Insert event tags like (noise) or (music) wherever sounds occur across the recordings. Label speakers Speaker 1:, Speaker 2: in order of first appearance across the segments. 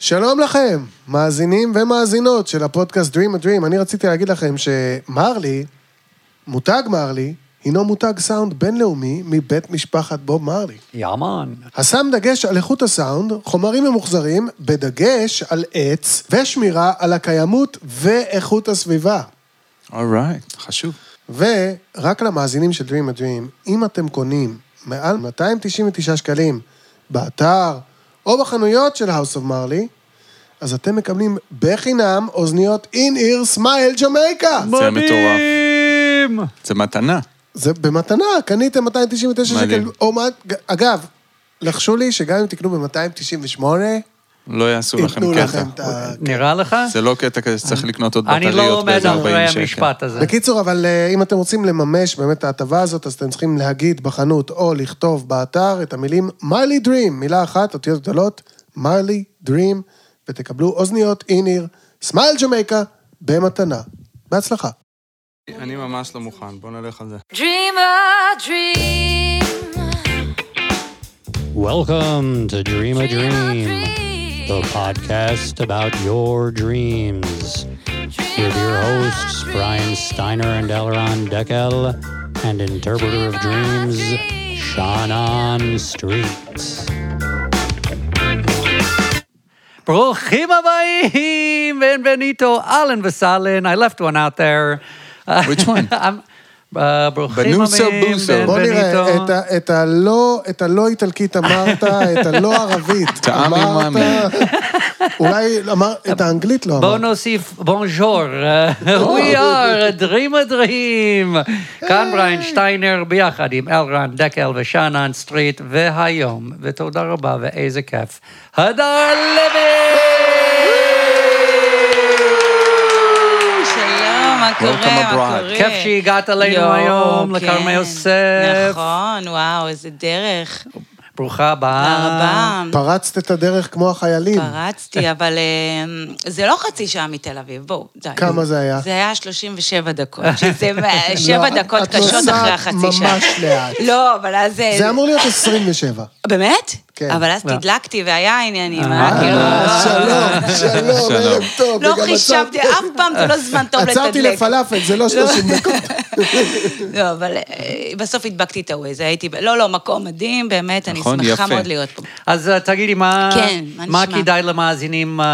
Speaker 1: שלום לכם, מאזינים ומאזינות של הפודקאסט Dream a Dream. אני רציתי להגיד לכם שמרלי, מותג מרלי, הינו מותג סאונד בינלאומי מבית משפחת בוב מרלי.
Speaker 2: יאמן.
Speaker 1: השם דגש על איכות הסאונד, חומרים ממוחזרים, בדגש על עץ ושמירה על הקיימות ואיכות הסביבה.
Speaker 3: אורייט, חשוב.
Speaker 1: ורק למאזינים של Dream a Dream, אם אתם קונים מעל 299 שקלים באתר או בחנויות של House of Marley, אז אתם מקבלים בחינם אוזניות In Ear Smile Jamaica.
Speaker 3: זה מטורף.
Speaker 2: מדהים!
Speaker 3: זה מתנה.
Speaker 1: זה במתנה, קניתם 299 שקל.
Speaker 3: מדהים.
Speaker 1: או מה- אגב, לחשו לי שגם אם תקנו ב-298,
Speaker 3: לא יעשו לכם
Speaker 1: ייתנו לכם את
Speaker 3: קטע.
Speaker 1: ה...
Speaker 2: נראה לך?
Speaker 3: זה לא קטע כזה שצריך לקנות עוד
Speaker 2: אני לא
Speaker 3: בטריות
Speaker 2: עומד
Speaker 3: באיזה 40 שקל.
Speaker 2: אחרי המשפט הזה.
Speaker 1: בקיצור, אבל אה, אם אתם רוצים לממש באמת את ההטבה הזאת, אז אתם צריכים להגיד בחנות או לכתוב באתר את המילים מרלי דרים, מילה אחת, אותיות גדולות, מרלי דרים, ותקבלו אוזניות איניר, סמייל ג'מייקה, במתנה. בהצלחה.
Speaker 3: אני ממש לא מוכן, בוא נלך על זה.
Speaker 4: Dream a dream.
Speaker 5: Welcome to Dream a
Speaker 4: Dream a
Speaker 5: Dream, the podcast about your dreams, with your hosts Brian Steiner and Elron Deckel, and interpreter of dreams, Shannon Streets.
Speaker 2: ברוכים הבאים! בנבניטו, אהלן וסהלן, I left one out there.
Speaker 3: Which
Speaker 2: (laughs)
Speaker 3: one?
Speaker 2: I'm- אה, ברוכים
Speaker 3: בנוסו
Speaker 2: הבאים,
Speaker 3: בוסו.
Speaker 6: כן,
Speaker 1: בוא נראה,
Speaker 2: בנבניטו.
Speaker 1: את ה- את הלא את הלא איטלקית
Speaker 6: (laughs)
Speaker 1: אמרת, את הלא ערבית
Speaker 3: טעם עם
Speaker 1: אמרת,
Speaker 3: מאמי.
Speaker 1: אולי אמר, את האנגלית לא
Speaker 2: בואו
Speaker 1: אמרת.
Speaker 2: נוסיף בונז'ור,
Speaker 6: (laughs)
Speaker 2: we are a dream a dream. כאן בריין שטיינר ביחד עם אלרן דקל ושאנן סטריט, והיום, ותודה רבה ואיזה כיף, הדר לוי!
Speaker 6: שלום, מה קורה?
Speaker 3: Welcome
Speaker 6: מה
Speaker 3: abroad.
Speaker 6: קורה?
Speaker 2: כיף שהגעת אלינו
Speaker 6: יואו,
Speaker 2: היום,
Speaker 6: כן.
Speaker 2: לכרמי יוסף.
Speaker 6: נכון, וואו, איזה דרך.
Speaker 2: ברוכה הבאה.
Speaker 6: רבה.
Speaker 1: פרצת את הדרך כמו החיילים.
Speaker 6: פרצתי, אבל אה, זה לא חצי שעה מתל אביב, בואו, די.
Speaker 1: כמה זה היה?
Speaker 6: זה היה 37 דקות, שזה אה, שבע
Speaker 1: לא,
Speaker 6: דקות
Speaker 1: את
Speaker 6: קשות
Speaker 1: נוסעת
Speaker 6: אחרי החצי שעה.
Speaker 1: ממש לאט.
Speaker 6: לא, אבל אז... אה,
Speaker 1: זה אמור להיות 27.
Speaker 6: באמת?
Speaker 1: כן.
Speaker 6: אבל אז
Speaker 2: לא.
Speaker 6: תדלקתי והיה עניינים, היה כאילו...
Speaker 1: אה, שלום, שלום,
Speaker 3: שלום.
Speaker 1: ערב טוב.
Speaker 6: לא
Speaker 1: וגם
Speaker 6: חישבתי,
Speaker 1: עצרתי-
Speaker 6: אף פעם זה לא זמן טוב לתדלק.
Speaker 1: עצרתי לפלאפל, זה לא 30 דקות.
Speaker 6: לא, אבל אה, בסוף הדבקתי את הווייז, הייתי... ב- לא, לא, מקום מדהים, באמת, אני
Speaker 3: נכון,
Speaker 6: שמחה
Speaker 3: יפה.
Speaker 6: מאוד להיות פה.
Speaker 2: אז אה, תגידי, מה
Speaker 6: כן, מה
Speaker 2: מה
Speaker 6: נשמע?
Speaker 2: כדאי למאזינים אה,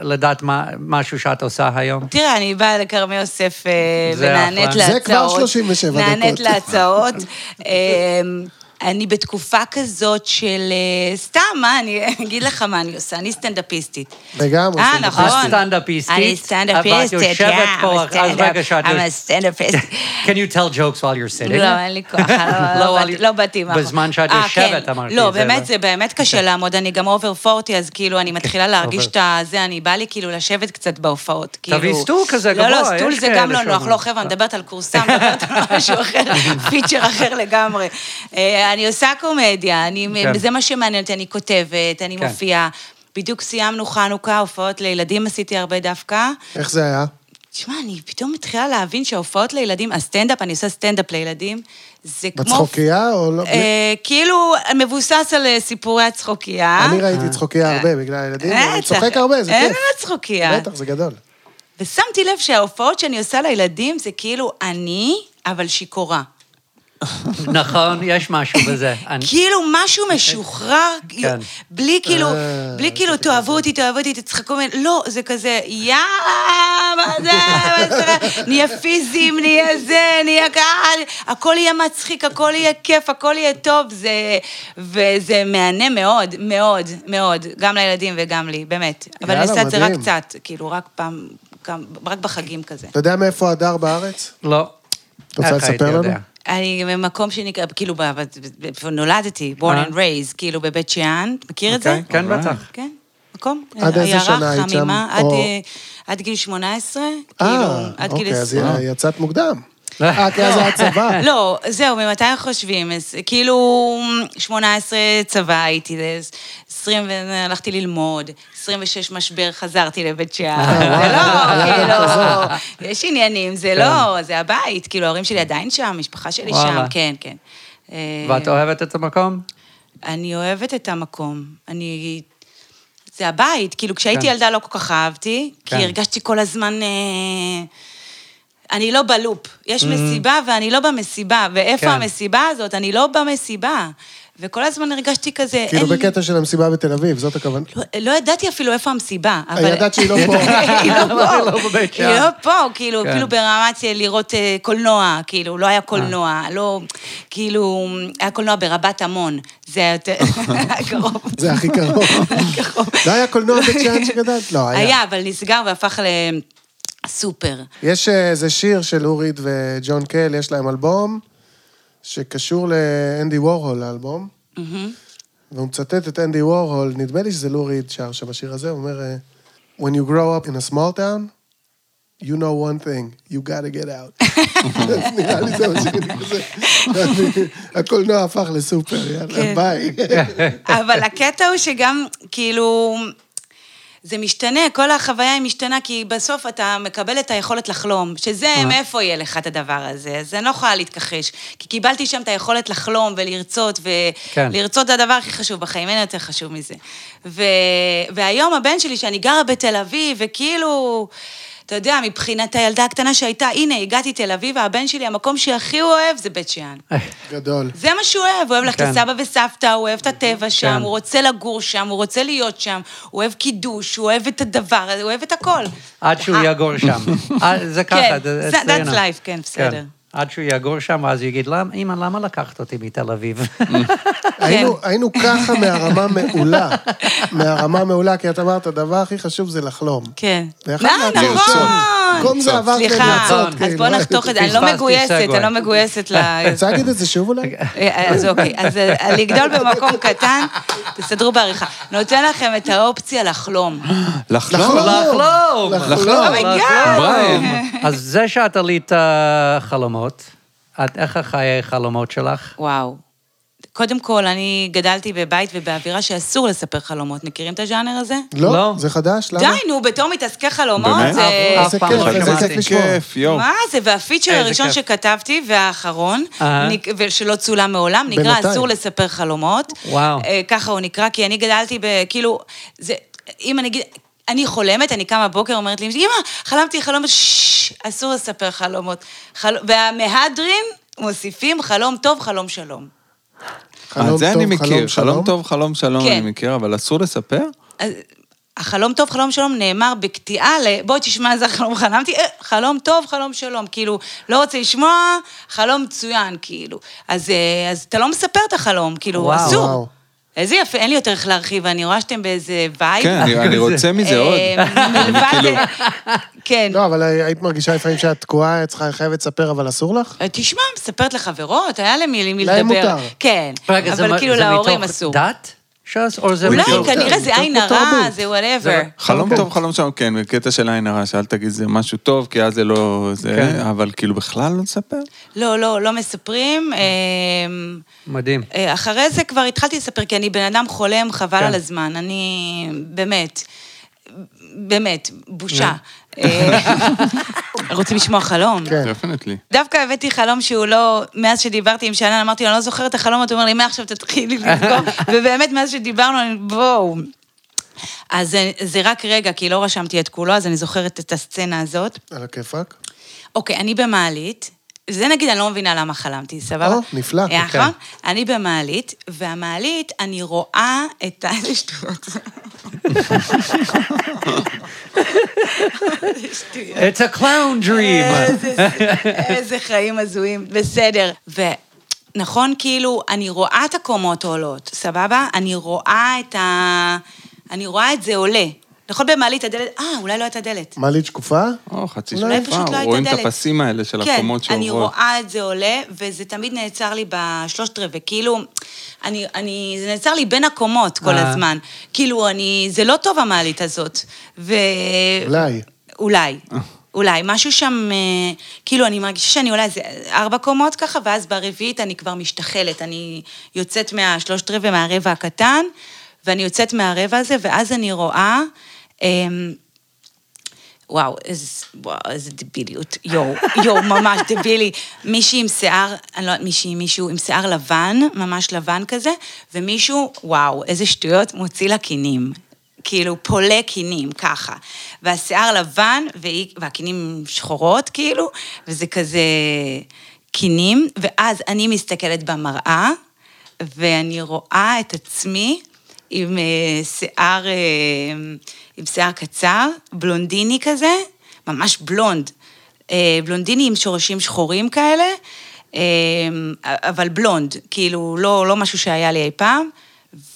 Speaker 2: לדעת מה- משהו שאת עושה היום?
Speaker 6: תראה, אני באה לכרמי יוסף אה,
Speaker 2: זה
Speaker 6: ונענית
Speaker 2: אחלה.
Speaker 6: להצעות.
Speaker 1: זה כבר 37 דקות.
Speaker 6: נענית להצעות. אמ, אני בתקופה כזאת של... אה, סתם, מה, אני אגיד לך מה אני עושה, אני סטנדאפיסטית.
Speaker 1: לגמרי.
Speaker 6: אה,
Speaker 1: עושים
Speaker 6: נכון.
Speaker 2: את סטנדאפיסטית,
Speaker 6: אני
Speaker 2: אבל את
Speaker 6: סטנדאפיסטית, כן,
Speaker 2: יושבת
Speaker 6: yeah,
Speaker 2: פה,
Speaker 6: I'm a
Speaker 2: אז רגע שאת
Speaker 6: stand-up- I'm
Speaker 2: יושבת.
Speaker 6: a סטנדאפיסט.
Speaker 2: Can you tell jokes while you're sitting?
Speaker 6: לא, אין לי כוח, לא-
Speaker 2: (laughs) לא,
Speaker 6: לא
Speaker 2: אני-
Speaker 6: באתי- לא באתי. עם ה-
Speaker 2: בזמן שאת
Speaker 6: אה,
Speaker 2: יושבת,
Speaker 6: כן.
Speaker 2: אמרתי
Speaker 6: לא,
Speaker 2: את זה, כן. אבל-
Speaker 6: באמת, זה באמת
Speaker 2: (laughs)
Speaker 6: קשה לעמוד, אני גם אובר 40, אז כאילו, אני מתחילה להרגיש את הזה, אני בא לי כאילו לשבת קצת בהופעות.
Speaker 2: תביאי
Speaker 6: כאילו-
Speaker 2: סטול כזה
Speaker 6: לא,
Speaker 2: גבוה,
Speaker 6: לא, סטול
Speaker 2: יש
Speaker 6: זה גם
Speaker 2: כאלה
Speaker 6: לא נוח,
Speaker 2: שם.
Speaker 6: לא, חבר'ה, אני מדברת על כורסה, מדברת על
Speaker 2: (laughs)
Speaker 6: משהו אחר, פיצ'ר אחר לגמרי. אה, אני עושה קומדיה, אני-
Speaker 2: כן.
Speaker 6: זה מה שמעניין אותי, אני כותבת, אני
Speaker 2: כן.
Speaker 6: מופיעה. בדיוק סיימנו חנוכה, הופעות לילדים עשיתי הרבה דווקא.
Speaker 1: איך זה היה?
Speaker 6: תשמע, אני פתאום מתחילה להבין שההופעות לילדים, הסטנדאפ, אני עושה סטנדאפ לילדים, זה כמו...
Speaker 1: בצחוקייה או לא?
Speaker 6: אה, כאילו, מבוסס על אה, סיפורי הצחוקייה.
Speaker 1: אני ראיתי צחוקייה הרבה בגלל הילדים,
Speaker 6: אה,
Speaker 1: אני
Speaker 6: צריך-
Speaker 1: צוחק הרבה, זה
Speaker 6: אין
Speaker 1: כיף.
Speaker 6: באמת צחוקייה.
Speaker 1: בטח, זה גדול.
Speaker 6: ושמתי לב שההופעות שאני עושה לילדים זה כאילו אני, אבל שיכורה.
Speaker 2: (laughs) נכון, יש משהו בזה.
Speaker 6: (laughs)
Speaker 2: אני-
Speaker 6: כאילו משהו משוחרר, כאילו,
Speaker 2: כן.
Speaker 6: בלי כאילו,
Speaker 1: כן. אה,
Speaker 6: בלי כאילו, תאהבו אותי, תאהבו אותי, תצחקו ממני, לא, זה כזה, יאללה, מה זה, מה זה, נהיה פיזיים, נהיה זה, נהיה קהל, הכל יהיה מצחיק, הכל יהיה כיף, הכל יהיה טוב, זה, וזה מהנה מאוד, מאוד, מאוד, גם לילדים וגם לי, באמת. אבל
Speaker 1: יאללה,
Speaker 6: אני עושה את זה רק
Speaker 1: מדהים.
Speaker 6: קצת, כאילו, רק פעם, גם- רק בחגים כזה.
Speaker 1: אתה יודע מאיפה הדר בארץ?
Speaker 2: לא.
Speaker 1: את רוצה
Speaker 2: איך הייתי
Speaker 1: לספר לנו?
Speaker 2: יודע?
Speaker 6: אני ממקום שנקרא, כאילו, ב- ב- ב- נולדתי,
Speaker 2: אה.
Speaker 6: born and raised, כאילו בבית שאן, אתה מכיר את זה?
Speaker 2: אוקיי, כן, בטח.
Speaker 6: כן, מקום.
Speaker 1: אה. עד איזה
Speaker 6: עיירה
Speaker 1: שנה היית שם?
Speaker 6: חמימה, עד,
Speaker 1: או-
Speaker 6: אה, עד גיל 18, כאילו,
Speaker 1: אה,
Speaker 6: עד גיל
Speaker 1: אוקיי, אז
Speaker 6: 20.
Speaker 1: יצאת מוקדם.
Speaker 2: לא.
Speaker 1: אה, כי אז היה צבא.
Speaker 6: (laughs) לא, זהו, ממתי אנחנו חושבים? אז כאילו, 18 צבא הייתי, אז 20 הלכתי ללמוד, 26 משבר חזרתי לבית שאן. זה לא, כאילו, יש עניינים, זה לא, זה הבית, כאילו, ההורים שלי עדיין שם, המשפחה שלי שם,
Speaker 2: וואלה.
Speaker 6: כן, כן. אה,
Speaker 2: ואת אוהבת את המקום? (laughs)
Speaker 6: אני אוהבת את המקום. אני... זה הבית. כאילו, כשהייתי
Speaker 2: כן.
Speaker 6: ילדה לא כל כך אהבתי, כי
Speaker 2: כן.
Speaker 6: הרגשתי כל הזמן... אה, אני לא בלופ. יש מסיבה ואני לא במסיבה, ואיפה
Speaker 2: Mm-hmm. כן.
Speaker 6: המסיבה הזאת? אני לא במסיבה. וכל הזמן הרגשתי כזה...
Speaker 1: כאילו
Speaker 6: אין לי-
Speaker 1: בקטע של המסיבה בתל אביב, זאת הכוונה.
Speaker 6: לא, לא ידעתי אפילו איפה המסיבה, אבל...
Speaker 1: ידעת שהיא לא פה.
Speaker 6: (laughs) היא לא פה.
Speaker 2: (laughs) היא לא בבית שאן.
Speaker 6: היא לא פה, כאילו,
Speaker 2: כן.
Speaker 6: אפילו ברמת אה, לראות אה, קולנוע, כאילו, לא היה קולנוע,
Speaker 2: אה.
Speaker 6: לא... כאילו, היה קולנוע ברבת עמון. זה היה
Speaker 2: (laughs)
Speaker 6: יותר... (laughs) קרוב.
Speaker 1: זה הכי
Speaker 6: (laughs)
Speaker 1: קרוב. לא היה קולנוע בית שאן שגדלת? לא, היה.
Speaker 6: היה, אבל נסגר והפך לסופר.
Speaker 1: יש אה, איזה שיר של אורית וג'ון קל, יש להם אלבום, שקשור לאנדי וורהול, האלבום. והוא מצטט את אנדי וורהול, נדמה לי שזה לוריד שר שם בשיר הזה, הוא אומר, אה, When you grow up in a small town, you know one thing, you gotta get out. (laughs) אז נראה לי זה מה שאני כזה. (laughs) הקולנוע הפך לסופר, יאללה,
Speaker 6: כן.
Speaker 1: ביי.
Speaker 6: (laughs) אבל הקטע הוא שגם, כאילו, זה משתנה, כל החוויה היא משתנה, כי בסוף אתה מקבל את היכולת לחלום, שזה מאיפה יהיה לך את הדבר הזה, אז אני לא יכולה להתכחש. כי קיבלתי שם את היכולת לחלום ולרצות,
Speaker 2: כן.
Speaker 6: ולרצות זה הדבר הכי חשוב בחיים, אין יותר חשוב מזה. ו... והיום הבן שלי, שאני גרה בתל אביב, וכאילו... אתה יודע, מבחינת הילדה הקטנה שהייתה, הנה, הגעתי תל אביב, והבן שלי, המקום שהכי הוא אוהב זה בית שאן.
Speaker 1: גדול.
Speaker 6: זה מה שהוא אוהב, הוא אוהב ללכת
Speaker 2: כן.
Speaker 6: לסבא וסבתא, הוא אוהב את הטבע שם,
Speaker 2: כן.
Speaker 6: הוא רוצה לגור שם, הוא רוצה להיות שם, הוא אוהב קידוש, הוא אוהב את הדבר הזה, הוא אוהב את הכל.
Speaker 2: עד שהוא
Speaker 6: אה,
Speaker 2: יגור
Speaker 6: (laughs)
Speaker 2: שם. אה, זה ככה,
Speaker 6: כן,
Speaker 2: זה-
Speaker 6: זה-
Speaker 2: אצלנו.
Speaker 6: that's life, כן, בסדר.
Speaker 2: עד שהוא יגור שם, אז הוא יגיד, "למ- אמא, למה לקחת אותי מתל
Speaker 6: (laughs)
Speaker 2: אביב? (laughs)
Speaker 1: היינו, היינו ככה מהרמה מעולה. מהרמה מעולה, כי את אמרת, הדבר הכי חשוב זה לחלום.
Speaker 6: כן.
Speaker 1: ואחד
Speaker 6: אה,
Speaker 1: לעצור
Speaker 6: נכון.
Speaker 1: במקום זה עברת
Speaker 6: סליחה,
Speaker 1: לרצות,
Speaker 6: אז
Speaker 1: כאילו.
Speaker 6: בואו נחתוך את זה, אני לא
Speaker 2: נכון. פספסתי
Speaker 6: מגויסת,
Speaker 2: סגווי.
Speaker 6: אני לא מגויסת ל...
Speaker 1: רוצה להגיד את זה שוב אולי?
Speaker 6: אה, אז אוקיי, אז אה, לגדול במקום קטן, תסדרו בעריכה. נותן לכם את האופציה לחלום.
Speaker 3: לחלום.
Speaker 2: לא, לחלום!
Speaker 6: לא,
Speaker 1: לחלום.
Speaker 2: (laughs)
Speaker 6: Oh
Speaker 3: בריין.
Speaker 2: אז זה שאת עלית אה, חלומות, את- איך החיי חלומות שלך?
Speaker 6: וואו. קודם כל, אני גדלתי בבית ובאווירה שאסור לספר חלומות. מכירים את הז'אנר הזה?
Speaker 1: לא,
Speaker 2: לא.
Speaker 1: זה חדש, למה?
Speaker 6: די, נו, בתור מתעסקי חלומות,
Speaker 3: באמת?
Speaker 6: זה...
Speaker 2: אה,
Speaker 1: איזה
Speaker 2: אף פעם
Speaker 1: כיף,
Speaker 2: לא
Speaker 1: איזה
Speaker 2: שמעתי.
Speaker 1: כיף לשמוע.
Speaker 3: כיף, יואו.
Speaker 6: מה זה? והפיצ'ר
Speaker 2: איזה
Speaker 6: הראשון
Speaker 2: כיף. אה.
Speaker 6: שכתבתי, והאחרון,
Speaker 2: אהה.
Speaker 6: נק- ושלא צולם מעולם, נקרא
Speaker 1: בינתיים.
Speaker 6: אסור לספר חלומות.
Speaker 2: וואו.
Speaker 6: אה, ככה הוא נקרא, כי אני גדלתי ב... כאילו, זה... אם אני אגיד... אני חולמת, אני קמה בבוקר, אומרת לאמא שלי, אמא, חלמתי חלום, ששש, אסור לספר חלומות. חל... והמהדרין מוסיפים חלום טוב, חלום שלום.
Speaker 1: חלום
Speaker 3: את אה, זה
Speaker 1: טוב,
Speaker 3: אני
Speaker 1: שלום.
Speaker 3: מכיר, חלום טוב, חלום שלום
Speaker 6: כן.
Speaker 3: אני מכיר, אבל אסור לספר?
Speaker 6: אז החלום טוב, חלום שלום נאמר בקטיעה ל... בואי תשמע איזה חלום חלמתי, אה, חלום טוב, חלום שלום. כאילו, לא רוצה לשמוע, חלום מצוין, כאילו. אז, אה, אז אתה לא מספר את החלום, כאילו,
Speaker 2: וואו.
Speaker 6: אסור.
Speaker 1: וואו.
Speaker 6: איזה יפה, אין לי יותר איך להרחיב, אני רואה שאתם באיזה וייב.
Speaker 3: כן, אני- אני רוצה מזה עוד.
Speaker 6: אה, מלבד...
Speaker 3: כאילו-
Speaker 6: כן.
Speaker 1: לא, אבל היית מרגישה לפעמים שאת תקועה, את צריכה, חייבת לספר, אבל אסור לך?
Speaker 6: אה, תשמע, מספרת לחברות, היה למי מי לדבר.
Speaker 1: להם מותר.
Speaker 6: כן.
Speaker 2: רגע, זה
Speaker 6: אבל
Speaker 2: מ-
Speaker 6: כאילו
Speaker 2: זה
Speaker 6: להורים
Speaker 2: מתוך
Speaker 6: אסור.
Speaker 2: דת? ש"ס? או זה
Speaker 6: אולי,
Speaker 2: מתוך-
Speaker 3: כן.
Speaker 6: כנראה זה
Speaker 1: מתוך
Speaker 6: עין הרע,
Speaker 1: תרבות.
Speaker 6: זה וואטאבר.
Speaker 3: חלום טוב, חלום שלום, כן, בקטע של עין הרע, שאל תגיד זה משהו טוב, כי אז זה לא...
Speaker 2: כן.
Speaker 3: זה, אבל כאילו בכלל לא לספר?
Speaker 6: לא, לא, לא
Speaker 1: Mm.
Speaker 6: מספרים. אה,
Speaker 2: מדהים.
Speaker 6: אה, אחרי זה כבר התחלתי לספר, כי אני בן אדם חולם, חבל
Speaker 2: כן.
Speaker 6: על הזמן. אני, באמת, באמת, בושה. אה, (laughs) רוצים לשמוע חלום?
Speaker 1: כן.
Speaker 3: דפנטלי.
Speaker 6: דווקא הבאתי חלום שהוא לא, מאז שדיברתי עם שאנן, אמרתי לו, אני לא זוכרת את החלום, אתה אומר לי, מעכשיו תתחילי לזכור, ובאמת, מאז שדיברנו, אני, בואו. אז זה, זה רק רגע, כי לא רשמתי את כולו, אז אני זוכרת את הסצנה הזאת.
Speaker 1: על הכיפאק.
Speaker 6: אוקיי, אני במעלית, זה נגיד, אני לא מבינה למה חלמתי, סבבה?
Speaker 1: או, נפלא.
Speaker 6: אה,
Speaker 1: כן.
Speaker 6: נכון? אני במעלית, והמעלית, אני רואה את ה... איזה שטויות.
Speaker 2: It's a clown
Speaker 6: (laughs)
Speaker 2: dream.
Speaker 6: איזה- איזה חיים הזויים, בסדר. ונכון, כאילו, אני רואה את הקומות עולות, סבבה? אני רואה את ה... אני רואה את זה עולה. נכון, במעלית הדלת, אה, אולי לא הייתה דלת.
Speaker 1: מעלית שקופה?
Speaker 3: או, חצי
Speaker 1: אולי
Speaker 3: שנה.
Speaker 6: אולי פשוט לא הייתה
Speaker 3: רואים את
Speaker 6: דלת.
Speaker 3: הפסים האלה של הקומות
Speaker 6: כן, אני
Speaker 3: שעוברות.
Speaker 6: רואה את זה עולה, וזה תמיד נעצר לי בשלושת רבעי. כאילו, אני, אני, זה נעצר לי בין הקומות כל
Speaker 2: אה.
Speaker 6: הזמן. כאילו, אני, זה לא טוב המעלית הזאת. ו...
Speaker 1: אולי.
Speaker 6: אולי.
Speaker 3: אה.
Speaker 6: אולי, משהו שם, אה, כאילו, אני מרגישה שאני עולה איזה ארבע קומות ככה, ואז ברביעית אני כבר משתחלת, אני יוצאת מהשלושת רבעי, מהרבע הקטן, ואני יוצאת מהרבע הזה, ואז אני רואה, אמ, וואו, איזה, וואו, איזה דביליות, יואו, יואו, ממש דבילי. מישהי עם שיער, אני לא יודעת, מישהי, מישהו עם שיער לבן, ממש לבן כזה, ומישהו, וואו, איזה שטויות, מוציא לה קינים. כאילו פולה קינים, ככה. והשיער לבן, והיא, והקינים שחורות, כאילו, וזה כזה קינים, ואז אני מסתכלת במראה, ואני רואה את עצמי עם אה, שיער, אה, עם שיער קצר, בלונדיני כזה, ממש בלונד. אה, בלונדיני עם שורשים שחורים כאלה, אה, אבל בלונד, כאילו, לא, לא משהו שהיה לי אי פעם.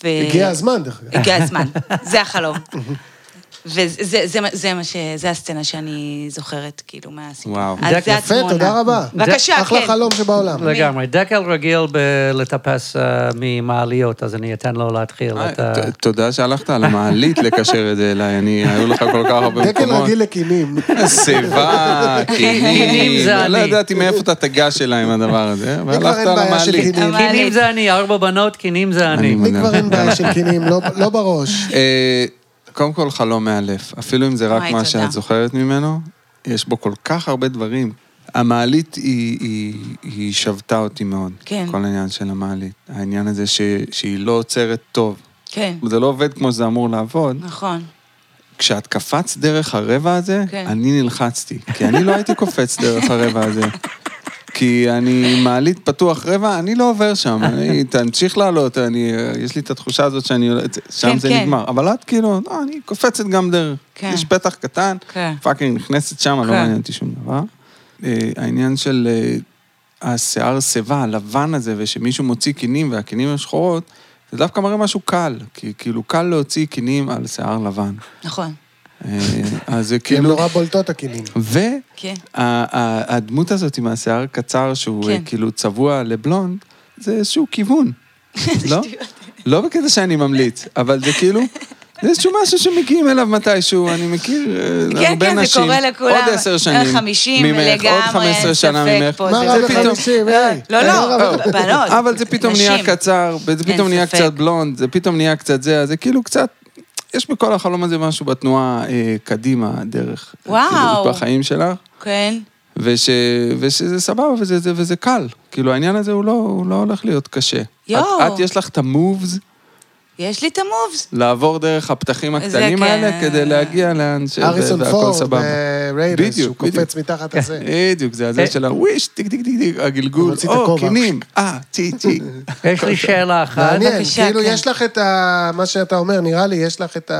Speaker 6: ו...
Speaker 1: הגיע הזמן, דרך אגב.
Speaker 6: הגיע
Speaker 1: (laughs)
Speaker 6: הזמן, זה החלום. וזה זה, זה, מה- זה מה ש... זה הסצנה שאני זוכרת, כאילו, מהסיפור.
Speaker 3: וואו.
Speaker 6: אז
Speaker 2: דק, יפה,
Speaker 6: זה
Speaker 1: יפה,
Speaker 6: התמונה.
Speaker 1: תודה רבה.
Speaker 6: בבקשה, כן.
Speaker 1: אחלה חלום שבעולם.
Speaker 2: לגמרי. דקל רגיל בלטפס אה, ממעליות, אז אני אתן לו להתחיל
Speaker 3: אה,
Speaker 2: את ה...
Speaker 3: ת- תודה שהלכת על המעלית לקשר את זה אליי, אני, היו לך כל כך הרבה
Speaker 1: דקל
Speaker 3: מקומות.
Speaker 1: רגיל לקינים. (laughs)
Speaker 3: שיבה,
Speaker 2: קינים
Speaker 3: קינים,
Speaker 2: זה אני.
Speaker 3: לא ידעתי מאיפה אתה תגש אליי עם הדבר הזה, אבל
Speaker 1: כבר
Speaker 3: הלכת
Speaker 1: אין
Speaker 3: על
Speaker 1: בעיה של
Speaker 3: המעלית.
Speaker 1: קינים.
Speaker 6: המעלית.
Speaker 2: קינים זה אני, ארבע בנות, קינים זה אני.
Speaker 3: אני
Speaker 1: לי כבר אין בעיה של קינים, לא- לא בראש.
Speaker 3: אה, קודם כל חלום מאלף, אפילו אם זה רק
Speaker 6: וואי,
Speaker 3: מה
Speaker 6: תודה.
Speaker 3: שאת זוכרת ממנו, יש בו כל כך הרבה דברים. המעלית היא, היא, היא שבתה אותי מאוד,
Speaker 6: כן.
Speaker 3: כל העניין של המעלית. העניין הזה ש, שהיא לא עוצרת טוב.
Speaker 6: כן,
Speaker 3: זה לא עובד כמו שזה אמור לעבוד.
Speaker 6: נכון.
Speaker 3: כשאת קפצת דרך הרבע הזה,
Speaker 6: כן.
Speaker 3: אני נלחצתי, כי אני לא הייתי קופץ דרך הרבע
Speaker 6: (laughs)
Speaker 3: הזה. כי אני מעלית פתוח רבע, אני לא עובר
Speaker 6: (laughs)
Speaker 3: שם, אני, תמשיך לעלות, אני, יש לי את התחושה הזאת שאני, עולה- שם
Speaker 6: כן,
Speaker 3: זה
Speaker 6: כן.
Speaker 3: נגמר. אבל את כאילו, לא, אני קופצת גם דרך,
Speaker 6: כן.
Speaker 3: יש פתח קטן,
Speaker 6: כן.
Speaker 3: פאקינג נכנסת שם, לא
Speaker 6: כן.
Speaker 3: מעניין אותי שום דבר. אה, העניין של אה, השיער שיבה, הלבן הזה, ושמישהו מוציא קינים והקינים הם שחורות, זה דווקא מראה משהו קל, כי כאילו קל להוציא קינים על שיער לבן.
Speaker 6: נכון,
Speaker 3: אה, אז זה
Speaker 1: כי הן
Speaker 3: כאילו...
Speaker 1: נורא בולטות הקינים.
Speaker 6: כן.
Speaker 3: והדמות הזאת עם השיער הקצר, שהוא אה,
Speaker 6: כן.
Speaker 3: כאילו צבוע לבלונד, זה איזשהו כיוון,
Speaker 6: (laughs)
Speaker 3: לא? לא בקטע שאני ממליץ, אבל זה כאילו... זה איזשהו משהו שמגיעים אליו מתישהו, אני מכיר אה,
Speaker 6: כן,
Speaker 3: הרבה
Speaker 6: כן, זה
Speaker 3: נשים.
Speaker 6: קורה לכולם. אה,
Speaker 3: עוד עשר שנים.
Speaker 6: חמישים,
Speaker 3: ממך,
Speaker 6: לגמרי,
Speaker 3: עוד חמש
Speaker 6: אין
Speaker 3: עשרה שנה
Speaker 6: ספק
Speaker 3: ממך.
Speaker 1: מה
Speaker 6: פה, לא, זה
Speaker 1: רע
Speaker 3: זה פתאום-
Speaker 1: בחמישים, היי?
Speaker 6: לא,
Speaker 3: אה,
Speaker 6: לא,
Speaker 1: מה רע בח-
Speaker 6: בנות.
Speaker 3: אבל זה פתאום נהיה
Speaker 6: נשים.
Speaker 3: קצר, וזה
Speaker 6: אין
Speaker 3: פתאום נהיה
Speaker 6: ספק.
Speaker 3: קצת בלונד, זה פתאום נהיה קצת זה, אז זה כאילו קצת... יש בכל החלום הזה משהו בתנועה אה, קדימה, דרך...
Speaker 6: וואו.
Speaker 3: כאילו, בחיים שלך.
Speaker 6: כן,
Speaker 3: וש, ושזה סבבה וזה, זה, וזה קל. כאילו, העניין הזה הוא לא, הוא לא הולך להיות קשה.
Speaker 6: יואו.
Speaker 3: את, את, יש לך את המובס
Speaker 6: יש לי את המובס.
Speaker 3: לעבור דרך הפתחים
Speaker 6: זה
Speaker 3: הקטנים
Speaker 6: כן.
Speaker 3: האלה כדי להגיע לאן ש...
Speaker 1: אריסון פורד
Speaker 3: סבבה.
Speaker 1: בריידרס, שהוא
Speaker 3: בדיוק, בדיוק. כן.
Speaker 1: קופץ מתחת לזה.
Speaker 3: בדיוק, זה
Speaker 2: אה.
Speaker 3: הזה של הוויש, טיק טיק טיק טיק, הגלגול,
Speaker 1: מוציא את
Speaker 3: או,
Speaker 1: הכובע.
Speaker 3: קינים, אה, טי
Speaker 1: (laughs)
Speaker 3: טי.
Speaker 2: יש לי שאלה אחת.
Speaker 1: מעניין,
Speaker 6: בבקשה,
Speaker 1: כאילו
Speaker 6: כן.
Speaker 1: יש לך את ה... מה שאתה אומר, נראה לי, יש לך את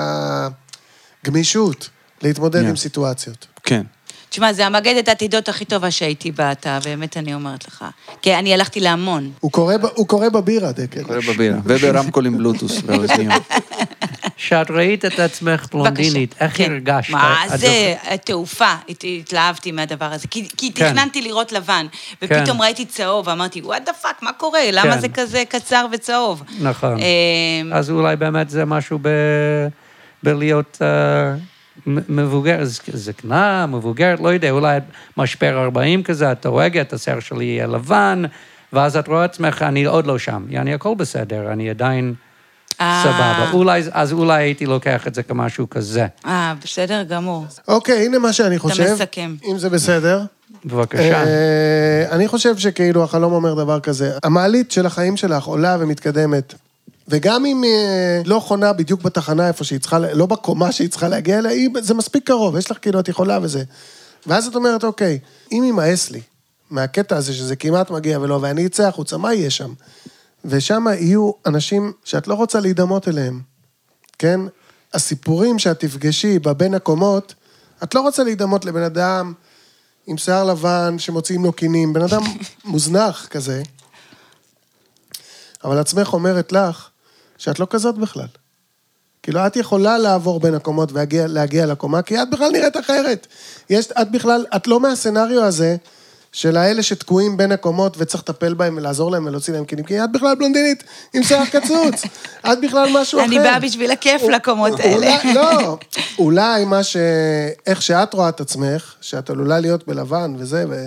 Speaker 1: הגמישות להתמודד
Speaker 3: כן.
Speaker 1: עם סיטואציות.
Speaker 3: כן.
Speaker 6: תשמע, זה המגדת עתידות הכי טובה שהייתי בה, אתה, באמת אני אומרת לך. כי אני הלכתי להמון.
Speaker 1: הוא קורא ב- הוא קורא בבירה, דקל.
Speaker 3: קורה בבירה. וברמקולים (laughs) בלוטוס באוזניות.
Speaker 2: כשאת ראית את עצמך בלונדינית,
Speaker 6: בבקשה.
Speaker 2: איך
Speaker 6: כן.
Speaker 2: הרגשת?
Speaker 6: מה
Speaker 2: את
Speaker 6: זה, תעופה, הת- התלהבתי מהדבר הזה. כי כי
Speaker 2: כן.
Speaker 6: תכננתי לראות לבן,
Speaker 2: כן.
Speaker 6: ופתאום ראיתי צהוב, אמרתי, וואט דה פאק, מה קורה? למה
Speaker 2: כן.
Speaker 6: זה כזה קצר וצהוב?
Speaker 2: נכון.
Speaker 6: אה,
Speaker 2: אז אולי באמת זה משהו ב... בלהיות אה, מ- מבוגר, ז- זקנה, מבוגרת, לא יודע, אולי משבר 40 כזה, את הורגת, השיער שלי יהיה לבן, ואז את רואה עצמך, אני עוד לא שם. יעני, הכל בסדר, אני עדיין
Speaker 6: אה.
Speaker 2: סבבה. אולי, אז אולי הייתי לוקח את זה כמשהו כזה.
Speaker 6: אה, בסדר גמור.
Speaker 1: אוקיי, הנה מה שאני חושב.
Speaker 6: מסכם.
Speaker 1: אם זה בסדר.
Speaker 2: בבקשה.
Speaker 1: אה, אני חושב שכאילו החלום אומר דבר כזה, המעלית של החיים שלך עולה ומתקדמת. וגם אם אה, לא חונה בדיוק בתחנה איפה שהיא צריכה, לא בקומה שהיא צריכה להגיע אליה, היא- זה מספיק קרוב, יש לך כאילו, את יכולה וזה. ואז את אומרת, אוקיי, אם יימאס לי מהקטע הזה שזה כמעט מגיע ולא, ואני אצא החוצה, מה יהיה שם? ושם יהיו אנשים שאת לא רוצה להידמות אליהם, כן? הסיפורים שאת תפגשי בבין הקומות, את לא רוצה להידמות לבן אדם עם שיער לבן שמוציאים לו קינים, בן
Speaker 6: (laughs)
Speaker 1: אדם מוזנח כזה. אבל עצמך אומרת לך שאת לא כזאת בכלל. כאילו, את יכולה לעבור בין הקומות ולהגיע להגיע לקומה, כי את בכלל נראית אחרת. יש, את בכלל, את לא מהסצנריו הזה של האלה שתקועים בין הקומות וצריך לטפל בהם ולעזור להם ולהוציא להם קינים, כי את בכלל בלונדינית עם שיער קצוץ. את בכלל משהו אחר.
Speaker 6: אני באה בשביל הכיף לקומות האלה.
Speaker 1: אולי, לא, אולי מה ש... איך שאת רואה את עצמך, שאת עלולה להיות בלבן וזה, ו...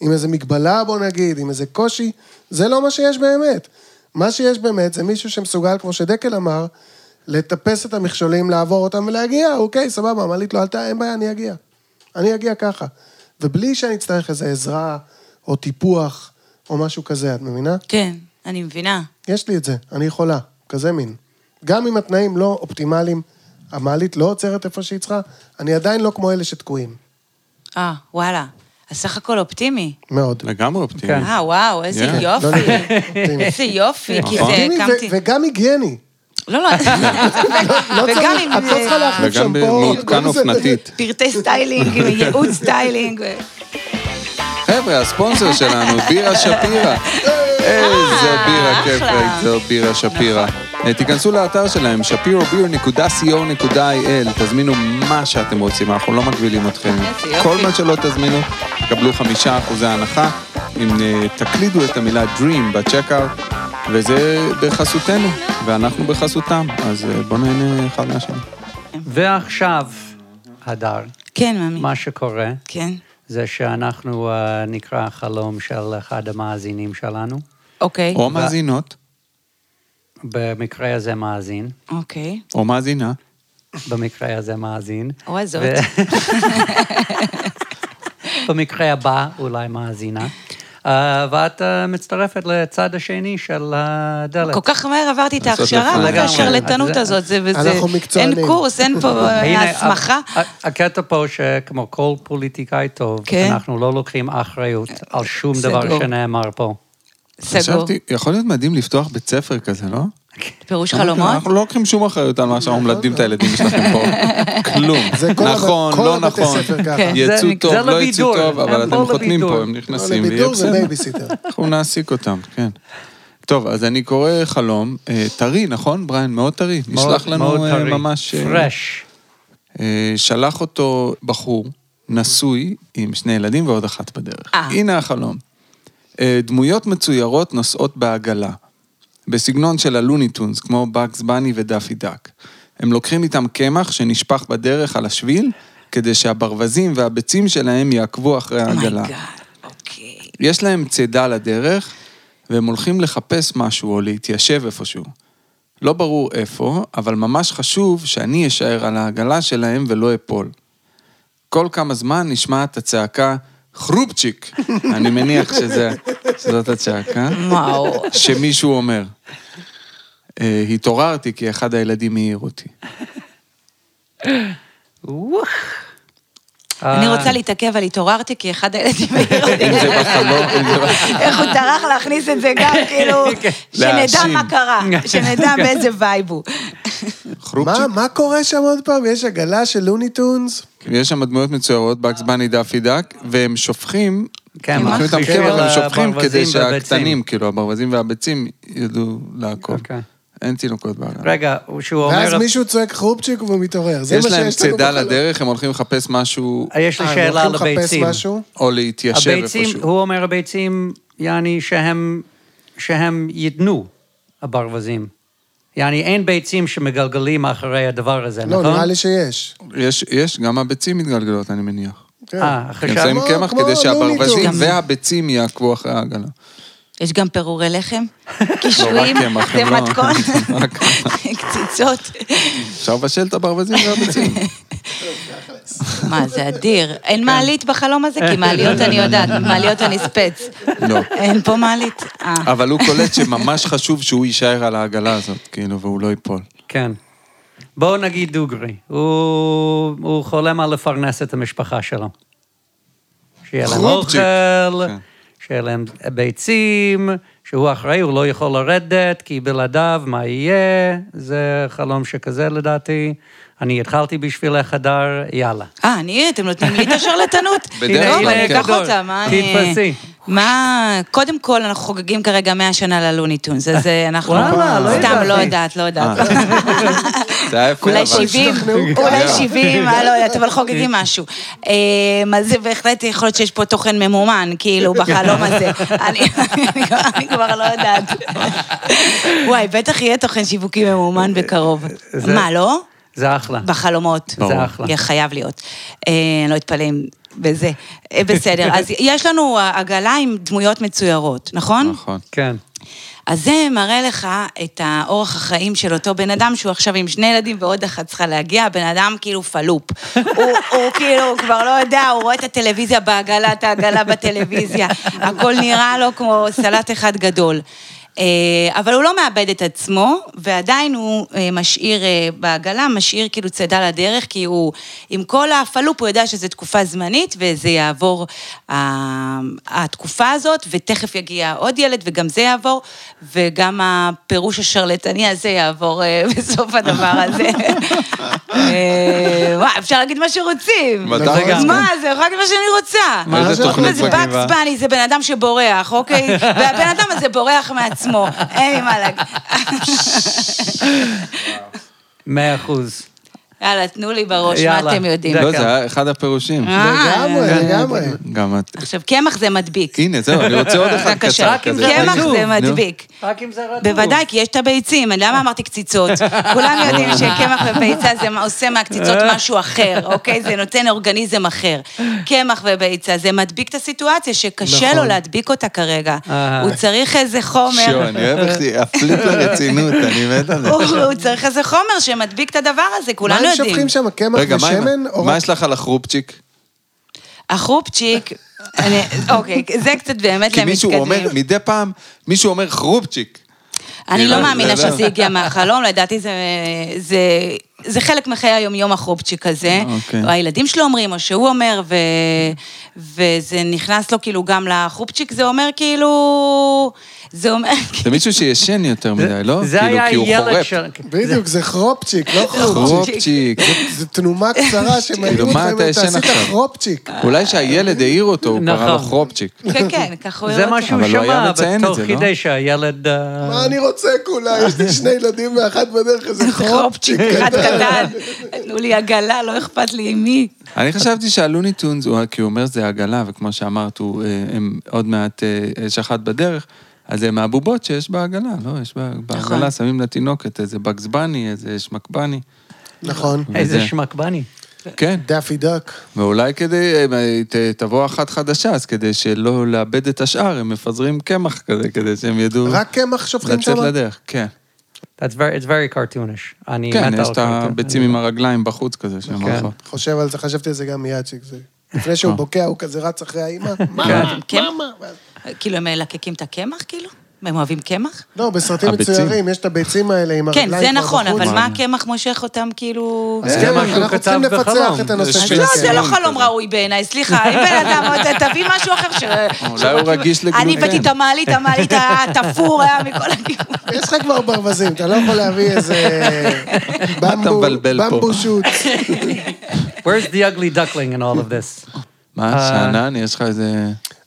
Speaker 1: עם איזה מגבלה, בוא נגיד, עם איזה קושי, זה לא מה שיש באמת. מה שיש באמת זה מישהו שמסוגל, כמו שדקל אמר, לטפס את המכשולים, לעבור אותם ולהגיע, אוקיי, סבבה, המעלית לא עלתה, אין בעיה, אני אגיע. אני אגיע ככה. ובלי שאני אצטרך איזו עזרה, או טיפוח, או משהו כזה, את מבינה?
Speaker 6: (laughs) כן, אני מבינה.
Speaker 1: יש לי את זה, אני יכולה, כזה מין. גם אם התנאים לא אופטימליים, המעלית לא עוצרת איפה שהיא צריכה, אני עדיין לא כמו אלה שתקועים.
Speaker 6: אה, וואלה. אז סך הכל אופטימי.
Speaker 1: מאוד.
Speaker 3: לגמרי אופטימי.
Speaker 2: כן.
Speaker 6: אה, וואו, איזה
Speaker 3: כן.
Speaker 1: לא
Speaker 6: יופי.
Speaker 1: נראה אופטימי.
Speaker 6: איזה יופי, כי
Speaker 3: נכון.
Speaker 6: זה
Speaker 1: אופטימי ו-
Speaker 6: קמתי...
Speaker 1: וגם היגייני.
Speaker 6: לא, לא,
Speaker 1: (laughs) לא צריך-
Speaker 6: וגם עם אה,
Speaker 1: את לא צריכה להחליף
Speaker 3: וגם
Speaker 1: שמפו.
Speaker 3: במותקן
Speaker 1: הכל בסדר.
Speaker 3: אופנתית.
Speaker 6: פרטי סטיילינג, ייעוץ
Speaker 1: (laughs)
Speaker 6: סטיילינג. ו-
Speaker 3: חבר'ה, הספונסר שלנו, בירה שפירא. איזו
Speaker 6: אה,
Speaker 3: בירה כיפית, זו בירה שפירא.
Speaker 6: נכון.
Speaker 3: אה, תיכנסו לאתר שלהם, שפירוביר.co.il, תזמינו מה שאתם רוצים, אנחנו לא מגבילים אתכם.
Speaker 6: איזה יופי.
Speaker 3: כל מה שלא תזמינו, תקבלו חמישה אחוזי הנחה, אם אה, תקלידו את המילה Dream בצ'קאוט, וזה בחסותנו, ואנחנו בחסותם, אז אה, בואו נהנה אחד מהשני.
Speaker 2: ועכשיו, הדר,
Speaker 6: כן, ממי.
Speaker 2: מה שקורה
Speaker 6: כן.
Speaker 2: זה שאנחנו אה, נקרא חלום של אחד המאזינים שלנו,
Speaker 6: אוקיי,
Speaker 3: או מאזינות,
Speaker 2: במקרה הזה מאזין,
Speaker 6: אוקיי.
Speaker 3: או מאזינה.
Speaker 2: במקרה הזה מאזין.
Speaker 6: או הזאת.
Speaker 2: ו- (laughs) במקרה הבא, אולי מאזינה. אה, ואת אה, מצטרפת לצד השני של הדלת.
Speaker 6: כל כך מהר עברתי את
Speaker 3: לעשות
Speaker 6: ההכשרה,
Speaker 3: לפני.
Speaker 6: מה זה
Speaker 2: לגמרי.
Speaker 6: השרלטנות
Speaker 2: אז-
Speaker 6: הזאת, זה וזה...
Speaker 1: אנחנו מקצוענים.
Speaker 6: אין קורס, אין פה אה,
Speaker 2: הנה, אה,
Speaker 6: הסמכה.
Speaker 2: ה- ה- הקטע פה שכמו כל פוליטיקאי טוב,
Speaker 6: כן.
Speaker 2: אנחנו לא לוקחים אחריות על שום דבר
Speaker 6: סגור.
Speaker 2: שנאמר פה.
Speaker 6: סגור.
Speaker 3: חשבתי, יכול להיות מדהים לפתוח בית ספר כזה, לא?
Speaker 6: פירוש חלומות?
Speaker 3: אנחנו לא לוקחים שום אחריות על מה שאנחנו מלמדים את הילדים שלכם פה. כלום.
Speaker 1: לא, זה כל הבית-
Speaker 3: נכון,
Speaker 1: כל
Speaker 3: לא
Speaker 1: הבתי
Speaker 3: נכון.
Speaker 1: ספר ככה.
Speaker 6: כן.
Speaker 3: יצוא
Speaker 2: זה-
Speaker 3: טוב,
Speaker 2: זה
Speaker 3: לא יצוא
Speaker 2: לבידור,
Speaker 3: טוב,
Speaker 2: הם
Speaker 3: אבל
Speaker 2: פה
Speaker 3: אתם חותמים
Speaker 2: לבידור.
Speaker 3: פה, הם
Speaker 1: לא,
Speaker 3: נכנסים, ויהיה
Speaker 1: לבידור זה
Speaker 3: בסדר.
Speaker 1: בייביסיטר.
Speaker 3: אנחנו נעסיק אותם, כן. טוב, אז אני קורא חלום, אה, טרי, נכון, בריין? מאוד טרי. נשלח לנו אה, ממש... אה,
Speaker 2: פרש.
Speaker 3: אה, שלח אותו בחור, נשוי, עם שני ילדים ועוד אחת בדרך.
Speaker 6: אה.
Speaker 3: הנה החלום. אה, דמויות מצוירות נוסעות בעגלה, בסגנון של הלוניטונס, כמו בקס בני ודאפי דאק. הם לוקחים איתם קמח שנשפך בדרך על השביל, כדי שהברווזים והביצים שלהם יעקבו אחרי העגלה.
Speaker 6: מייגאד, Oh אוקיי.
Speaker 3: יש להם צידה לדרך, והם הולכים לחפש משהו או להתיישב איפשהו. לא ברור איפה, אבל ממש חשוב שאני אשאר על העגלה שלהם ולא אפול. כל כמה זמן נשמעת הצעקה חרופצ'יק, אני מניח שזה, שזאת הצעקה,
Speaker 6: וואו.
Speaker 3: שמישהו אומר. "אה, התעוררתי כי אחד הילדים העיר אותי.
Speaker 2: וואו.
Speaker 6: אני
Speaker 2: אה,
Speaker 6: רוצה להתעכב על התעוררתי, כי אחד הילדים העיר
Speaker 3: (laughs)
Speaker 6: אותי.
Speaker 3: אם זה בחלום, אם זה בחלום. כן.
Speaker 6: איך הוא טרח להכניס את זה
Speaker 3: (laughs)
Speaker 6: גם, כאילו, שנדע
Speaker 3: להאשים. כן. (laughs)
Speaker 6: מה קרה, שנדע באיזה וייב הוא.
Speaker 1: מה,
Speaker 3: חרופצ'יק.
Speaker 1: מה קורה שם עוד פעם? יש עגלה של לוניטונס?
Speaker 3: יש שם דמויות מצוירות, בקס בני דאפי דק, והם שופכים,
Speaker 2: כן,
Speaker 3: הם
Speaker 2: מה?
Speaker 3: לוקחים אותם
Speaker 2: בשביל
Speaker 3: קרח, הם שופכים כדי
Speaker 2: הברווזים והביצים.
Speaker 3: שהקטנים, כאילו, הברווזים והביצים ידעו לעקוב.
Speaker 2: אוקיי.
Speaker 3: אין תינוקות בעולם.
Speaker 2: רגע, שהוא אומר...
Speaker 1: ואז מישהו צועק חרופצ'יק והוא מתעורר. זה
Speaker 3: יש
Speaker 1: מה
Speaker 3: להם
Speaker 1: שיש לנו
Speaker 3: צידה
Speaker 1: בחלום.
Speaker 3: לדרך, הם הולכים לחפש משהו,
Speaker 2: יש לי
Speaker 1: אה, הם
Speaker 2: שאלה על
Speaker 1: הולכים לחפש
Speaker 2: הביצים.
Speaker 1: משהו?
Speaker 3: או להתיישב
Speaker 2: הביצים,
Speaker 3: איפשהו.
Speaker 2: הוא אומר הביצים, יעני שהם, שהם ייתנו, הברווזים. יעני, אין ביצים שמגלגלים אחרי הדבר הזה,
Speaker 1: לא,
Speaker 2: נכון?
Speaker 1: נראה לי שיש.
Speaker 3: יש- יש, גם הביצים מתגלגלות, אני מניח.
Speaker 1: כן.
Speaker 2: אה,
Speaker 3: הם
Speaker 2: אחרי
Speaker 3: שמים
Speaker 1: כמו-
Speaker 3: קמח
Speaker 1: כמו
Speaker 3: כדי שהברווזים
Speaker 1: לוניטונס.
Speaker 3: והביצים יעקבו אחרי העגלה.
Speaker 6: יש גם פירורי לחם, (laughs)
Speaker 3: לא, רק
Speaker 6: קישואים,
Speaker 3: קמח,
Speaker 6: זה
Speaker 3: הם לא-
Speaker 6: מתכון,
Speaker 3: (laughs) רק-
Speaker 6: קציצות.
Speaker 3: אפשר לבשל את הברווזים
Speaker 6: (laughs)
Speaker 3: והביצים.
Speaker 6: מה, זה אדיר.
Speaker 3: כן.
Speaker 6: אין מעלית בחלום הזה, כי מעליות אני יודעת, מעליות אני ספץ.
Speaker 3: לא.
Speaker 6: אין פה מעלית. אה,
Speaker 3: אבל הוא קולט שממש חשוב שהוא יישאר על העגלה הזאת, כאילו, והוא לא ייפול.
Speaker 2: כן. בואו נגיד דוגרי, הוא, הוא חולם על לפרנס את המשפחה שלו. שיהיה להם
Speaker 3: חרופצ'יק.
Speaker 2: אוכל,
Speaker 3: כן.
Speaker 2: שיהיה להם ביצים, שהוא אחראי, הוא לא יכול לרדת, כי בלעדיו, מה יהיה? זה חלום שכזה לדעתי. אני התחלתי בשבילך, הדר, יאללה.
Speaker 6: אה, אני, אתם נותנים לי את השרלטנות?
Speaker 3: בדרך
Speaker 6: לא,
Speaker 3: כלל,
Speaker 6: אבל
Speaker 3: כן.
Speaker 6: קח אותה, מה אני...
Speaker 2: תתפסי.
Speaker 6: מה, קודם כל, אנחנו חוגגים כרגע 100 שנה ללוניטונס, אז אה, אנחנו...
Speaker 2: וואלה, לא
Speaker 6: סתם,
Speaker 2: ידעתי. אה, אוקיי,
Speaker 6: לא יודעת, לא יודעת.
Speaker 3: זה היה יפה,
Speaker 6: אולי
Speaker 3: אבל...
Speaker 6: 70,
Speaker 1: השתכנעו.
Speaker 6: אולי 70, אה, לא יודעת, אבל חוגגים משהו. אמ, אז זה בהחלט יכול להיות שיש פה תוכן ממומן, כאילו, בחלום הזה. אני אני כבר- אני כבר לא
Speaker 2: (laughs)
Speaker 6: יודעת. וואי, בטח יהיה תוכן שיווקי ממומן בקרוב.
Speaker 2: זה-
Speaker 6: מה, לא?
Speaker 2: זה אחלה.
Speaker 3: נכון.
Speaker 6: בחלומות.
Speaker 2: ברור. זה אחלה.
Speaker 6: יהיה חייב להיות. אה, אני לא אתפלא אם... בזה. אה, בסדר, אז יש לנו אה, עגלה עם דמויות מצוירות, נכון?
Speaker 3: נכון.
Speaker 2: כן.
Speaker 6: אז זה מראה לך את האורח החיים של אותו בן אדם, שהוא עכשיו עם שני ילדים ועוד אחת צריכה להגיע, הבן אדם כאילו פלופ. הוא, הוא כאילו, הוא כבר לא יודע, הוא רואה את הטלוויזיה בעגלה, את העגלה בטלוויזיה. הכל נראה לו כמו סלט אחד גדול. אה, אבל הוא לא מאבד את עצמו, ועדיין הוא אה, משאיר אה, בעגלה, משאיר כאילו צידה לדרך, כי הוא, עם כל הפלופ, הוא יודע שזו תקופה זמנית, וזה יעבור ה- התקופה הזאת, ותכף יגיע עוד ילד, וגם זה יעבור, וגם הפירוש השרלטני הזה יעבור אה, (laughs) בסוף הדבר
Speaker 3: (laughs)
Speaker 6: הזה. אה, וואי, אפשר להגיד מה שרוצים.
Speaker 3: בטח.
Speaker 2: לגמרי.
Speaker 6: מה זה, יכולה להגיד מה שאני רוצה.
Speaker 3: מה איזה
Speaker 1: זה?
Speaker 3: תוכנית
Speaker 6: זה
Speaker 3: מגניבה.
Speaker 6: בקס בני, זה בן אדם שבורח, אוקיי? והבן אדם הזה בורח מעצמו, אין לי מה להגיד.
Speaker 2: מאה אחוז.
Speaker 6: יאללה, תנו לי בראש, מה
Speaker 2: יאללה.
Speaker 6: אתם יודעים.
Speaker 3: לא, זה היה אחד הפירושים.
Speaker 6: אה.
Speaker 1: לגמרי, לגמרי.
Speaker 3: גם את...
Speaker 6: עכשיו, קמח זה מדביק.
Speaker 3: הנה, זהו, אני רוצה
Speaker 6: (laughs)
Speaker 3: עוד אחד
Speaker 6: בבקשה.
Speaker 3: קצר
Speaker 2: רק אם
Speaker 3: כזה.
Speaker 2: זה
Speaker 6: קמח
Speaker 2: רטוב.
Speaker 6: זה
Speaker 2: נו.
Speaker 6: מדביק.
Speaker 2: רק אם זה רטוב.
Speaker 6: בוודאי, כי יש את הביצים, אני למה אמרתי קציצות? כולם יודעים שקמח וביצה זה מה- עושה מהקציצות משהו אחר, אוקיי? זה נותן אורגניזם אחר. קמח וביצה, זה מדביק את הסיטואציה שקשה לו
Speaker 1: נכון.
Speaker 6: להדביק אותה כרגע.
Speaker 2: אה.
Speaker 6: הוא צריך איזה חומר.
Speaker 3: שו, אני אוהב איך היא הפליפ
Speaker 6: (laughs)
Speaker 3: לרצינות, אני מת על זה.
Speaker 6: הוא הוא צריך איזה חומר שמדביק את הדבר הזה,
Speaker 1: מה
Speaker 6: כולנו
Speaker 1: הם
Speaker 6: יודעים.
Speaker 1: שופכים שם, קמח
Speaker 3: רגע, מה עם-
Speaker 1: ושמן? או
Speaker 3: מה
Speaker 1: רק-
Speaker 3: יש לך על החרופצ'יק?
Speaker 6: החרופצ'יק, אני- אוקיי, זה קצת באמת
Speaker 3: כי מישהו אומר,
Speaker 6: למתקדמים.
Speaker 3: מדי פעם, מישהו אומר חרופצ'יק.
Speaker 6: אני לא
Speaker 3: מילה,
Speaker 6: מאמינה
Speaker 3: לא.
Speaker 6: שזה הגיע מהחלום, לדעתי זה... זה... זה חלק מחיי היום-יום החרופצ'יק הזה.
Speaker 3: אוקיי.
Speaker 6: או הילדים שלו אומרים, או שהוא אומר, ו... וזה נכנס לו כאילו גם לחרופצ'יק, זה אומר כאילו... זה אומר...
Speaker 3: זה מישהו שישן יותר מדי, לא?
Speaker 2: זה
Speaker 3: כאילו,
Speaker 2: היה
Speaker 3: כי הוא
Speaker 2: ילד
Speaker 3: חורף.
Speaker 2: של...
Speaker 1: בדיוק, זה חרופצ'יק, לא חרופצ'יק.
Speaker 3: חרופצ'יק.
Speaker 1: זו תנומה
Speaker 3: (laughs)
Speaker 1: קצרה
Speaker 3: כאילו,
Speaker 1: שמעירים
Speaker 3: מה
Speaker 1: אותך,
Speaker 3: אתה ישן
Speaker 1: תעשי את
Speaker 3: עכשיו?"
Speaker 1: החרופצ'יק.
Speaker 3: אולי שהילד העיר אותו, הוא קרא לו
Speaker 2: נכון.
Speaker 3: חרופצ'יק.
Speaker 6: כן, כן, ככה הוא
Speaker 2: זה
Speaker 6: יראה
Speaker 2: מה
Speaker 6: אותו.
Speaker 2: שהוא
Speaker 3: אבל לא היה
Speaker 2: שמע,
Speaker 3: מציין את
Speaker 2: בתוך
Speaker 3: זה, לא?
Speaker 2: כדי שהילד... אה,
Speaker 1: מה אני רוצה כולה? יש לי שני ילדים ואחת בדרך,
Speaker 6: (laughs)
Speaker 1: איזה
Speaker 6: חרופצ'יק
Speaker 1: חרופצ'יק.
Speaker 6: אחד קטן, תנו לי עגלה, לא אכפת לי עם מי.
Speaker 3: אני חשבתי שהלוני טונס, הוא- כי הוא אומר זה עגלה, וכמו שאמרת, הוא, אה, הם עוד מעט אה, יש אחת בדרך, אז הם מהבובות שיש בעגלה, לא? יש בה- בעגלה, שמים לתינוקת איזה בגזבני, איזה שמקבני.
Speaker 1: נכון.
Speaker 2: איזה
Speaker 3: וזה.
Speaker 2: שמקבני.
Speaker 3: כן,
Speaker 1: דאפי דאק.
Speaker 3: ואולי כדי, אה, אה, ת- תבוא אחת חדשה, אז כדי שלא לאבד את השאר, הם מפזרים קמח כזה, כדי שהם ידעו
Speaker 1: רק קמח שופכים שם?
Speaker 3: לצאת לדרך. כן,
Speaker 2: That's very, it's very cartoonish. אני
Speaker 3: כן,
Speaker 2: מתה
Speaker 3: יש
Speaker 2: על
Speaker 3: את
Speaker 2: cartoon.
Speaker 3: הביצים עם הרגליים בחוץ כזה, שהם
Speaker 2: כן.
Speaker 3: הולכות.
Speaker 1: חושב על זה, חשבתי על זה גם מיד, שזה... לפני
Speaker 3: אה.
Speaker 1: שהוא בוקע, הוא כזה רץ אחרי האימא, מאמה,
Speaker 6: כן.
Speaker 1: מאמה. ואז-
Speaker 6: כאילו, הם מלקקים את הקמח, כאילו? הם אוהבים קמח?
Speaker 1: לא, בסרטים
Speaker 3: הביצים.
Speaker 1: מצוירים, יש את הביצים האלה עם הרגליים
Speaker 6: כן,
Speaker 1: כבר
Speaker 6: זה נכון,
Speaker 1: בחוץ.
Speaker 6: אבל מה הקמח מושך אותם, כאילו...
Speaker 1: אז
Speaker 2: זה
Speaker 1: כן,
Speaker 2: מה שהוא
Speaker 1: אנחנו צריכים
Speaker 2: כתב
Speaker 1: לפצח
Speaker 2: בחלום.
Speaker 1: את הנושא
Speaker 3: זה
Speaker 1: של
Speaker 6: אז לא,
Speaker 1: הקמח.
Speaker 6: זה לא
Speaker 3: כזה.
Speaker 6: חלום ראוי בעיניי, סליחה, אם בן אדם, ת- תביא משהו אחר ש...
Speaker 3: אולי הוא רגיש
Speaker 6: אני
Speaker 3: לגלוטן.
Speaker 6: הבאתי את המעלית, המעלית התפור היה מכל הכיוון.
Speaker 1: יש לך כבר ברווזים, אתה לא יכול להביא איזה במבו,
Speaker 3: מבלבל פה?
Speaker 1: במבו שוט.
Speaker 2: Where's the ugly duckling in all of this?
Speaker 3: (laughs) מה, שאנן, יש לך איזה...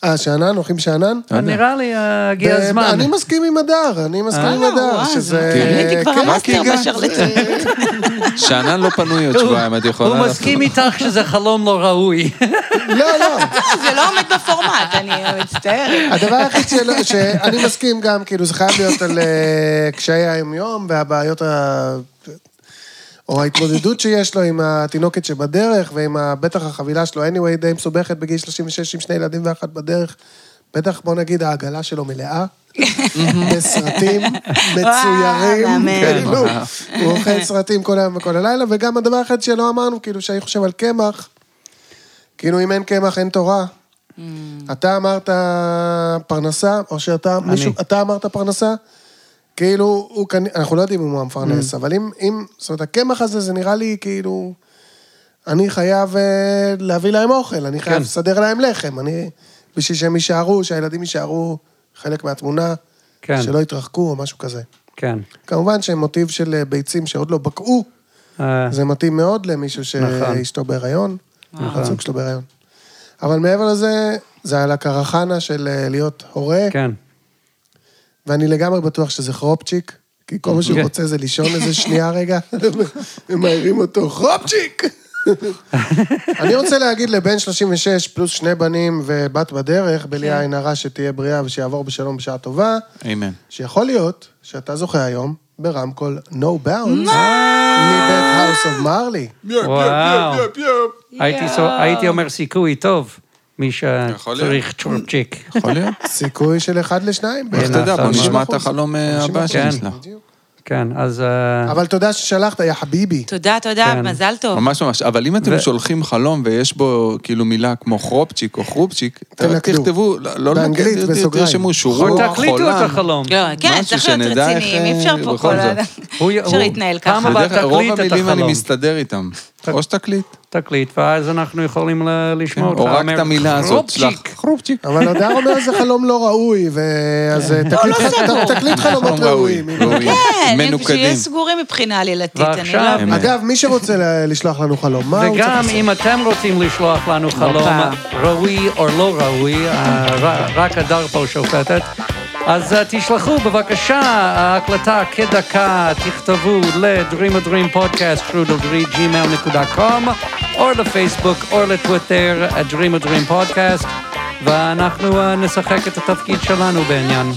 Speaker 3: לא
Speaker 1: אה, שאנן? אוכלים שאנן?
Speaker 2: נראה לי אה, הגיע
Speaker 1: ב-
Speaker 2: הזמן.
Speaker 3: (laughs)
Speaker 1: אני מסכים עם הדר, (laughs) אני מסכים עם
Speaker 6: אה,
Speaker 1: הדר, שזה...
Speaker 6: הייתי כבר לא
Speaker 1: כן,
Speaker 6: המאסטר
Speaker 3: הגעת.
Speaker 6: בשרלטון.
Speaker 3: שאנן לא פנוי עוד
Speaker 2: הוא-
Speaker 3: שבועיים, את יכולה...
Speaker 2: הוא
Speaker 3: לעשות-
Speaker 2: מסכים איתך שזה חלום לא ראוי. (laughs)
Speaker 1: לא, לא.
Speaker 6: זה לא עומד בפורמט, אני מצטערת.
Speaker 1: הדבר היחיד שלא- שאני מסכים גם, כאילו, זה חייב להיות על אה, קשיי היום-יום והבעיות ה... או ההתמודדות שיש לו עם התינוקת שבדרך, ועם ה- בטח החבילה שלו, anyway, די מסובכת בגיל 36 עם שני ילדים ואחת בדרך. בטח, בוא נגיד, העגלה שלו מלאה. בסרטים מצוירים,
Speaker 6: מהמם.
Speaker 1: כאילו, הוא אוכל סרטים כל היום וכל הלילה, וגם הדבר האחד שלא אמרנו, כאילו, שאני חושב על קמח, כאילו, אם אין קמח, אין תורה. אתה אמרת פרנסה, או שאתה, מישהו, אתה אמרת פרנסה, כאילו, הוא כנ... אנחנו לא יודעים אם הוא המפרנס, אבל אם, אם, זאת אומרת, הקמח הזה, זה נראה לי כאילו, אני חייב אה, להביא להם אוכל, אני חייב לסדר להם לחם, אני, בשביל שהם יישארו, שהילדים יישארו חלק מהתמונה,
Speaker 2: כן.
Speaker 1: שלא יתרחקו או משהו כזה.
Speaker 2: כן.
Speaker 1: כמובן שמוטיב של אה, ביצים שעוד לא בקעו,
Speaker 2: אה,
Speaker 1: זה מתאים מאוד למישהו
Speaker 2: נכון.
Speaker 1: שאשתו בהיריון, הזוג שלו בהיריון. אבל מעבר לזה, זה על הקרחנה של אה, להיות הורה,
Speaker 2: כן.
Speaker 1: ואני לגמרי בטוח שזה חרופצ'יק, כי כל מה שהוא
Speaker 2: כן.
Speaker 1: רוצה זה לישון איזה שנייה רגע, (laughs) ומעירים אותו, חרופצ'יק! (laughs) אני רוצה להגיד לבן 36 פלוס שני בנים ובת בדרך, בלי עין הרע שתהיה בריאה ושיעבור בשלום בשעה טובה,
Speaker 3: אמן.
Speaker 1: שיכול להיות שאתה זוכה היום ברמקול No Bounds מבית House of Marley.
Speaker 2: וואו. הייתי סו- הייתי אומר סיכוי טוב, מי שצריך צ'ורצ'יק.
Speaker 3: יכול להיות?
Speaker 1: סיכוי של אחד לשניים.
Speaker 3: איך
Speaker 1: בערך.
Speaker 6: נכון,
Speaker 3: אתה יודע, בוא
Speaker 2: 50%.
Speaker 3: נשמע את החלום אה, הבא
Speaker 2: כן.
Speaker 3: שיש לך.
Speaker 1: בדיוק.
Speaker 2: כן, אז... אה,
Speaker 1: אבל תודה ששלחת, יא חביבי.
Speaker 6: תודה, תודה,
Speaker 2: כן.
Speaker 6: מזל טוב.
Speaker 3: ממש ממש. אבל אם אתם
Speaker 2: ו-
Speaker 3: שולחים חלום ויש בו כאילו מילה כמו חרופצ'יק או חרופצ'יק,
Speaker 1: תנקדו.
Speaker 3: תכתבו, לא- לא
Speaker 1: באנגלית,
Speaker 3: לנקד, ת-
Speaker 1: בסוגריים.
Speaker 3: תרשמו שורוק,
Speaker 2: או
Speaker 3: חולם.
Speaker 2: תקליטו את החלום.
Speaker 6: לא, כן,
Speaker 3: משהו
Speaker 6: צריך להיות
Speaker 3: שנדע
Speaker 6: רציניים,
Speaker 3: איך, אה,
Speaker 6: אי אפשר פה
Speaker 3: בכל
Speaker 6: כל ה...
Speaker 3: זאת.
Speaker 2: הוא-
Speaker 6: אי אפשר
Speaker 2: הוא-
Speaker 6: להתנהל
Speaker 2: פעם
Speaker 6: ככה.
Speaker 2: הבאה-
Speaker 3: בדרך כלל רוב
Speaker 2: תקליט את
Speaker 3: המילים אני
Speaker 2: החלום.
Speaker 3: מסתדר איתם.
Speaker 1: כן.
Speaker 3: או שתקליט.
Speaker 2: תקליט, ואז אנחנו יכולים ל-
Speaker 3: כן,
Speaker 2: לשמוע אותך.
Speaker 3: או רק
Speaker 2: אומר,
Speaker 3: את המילה הזאת
Speaker 2: "חרופצ'יק".
Speaker 3: שלך. חרופצ'יק.
Speaker 1: אבל הדר אומר זה חלום לא ראוי, ואז אה, תקליט
Speaker 6: לא סגור.
Speaker 1: ח- תקליט חלומות
Speaker 3: חלום ראוי.
Speaker 1: ראויים.
Speaker 3: ראוי.
Speaker 6: כן, הם שיהיו
Speaker 3: מנוקדים.
Speaker 6: סגורים מבחינה עלילתית, אני לא...
Speaker 2: ועכשיו-
Speaker 3: אמת.
Speaker 1: אגב, מי שרוצה ל- לשלוח לנו חלום, מה הוא צריך
Speaker 2: וגם
Speaker 1: לעשות?
Speaker 2: אם אתם רוצים לשלוח לנו חלום
Speaker 6: הופה.
Speaker 2: ראוי או לא ראוי, אה, ר- רק הדר פה שופטת, אז אה, תשלחו בבקשה ההקלטה כדקה, תכתבו ל-Dream a Dream Podcast, trudelgmail.com, או לפייסבוק או לטוויטר, אה, Dream a Dream Podcast, ואנחנו אה, נשחק את התפקיד שלנו בעניין.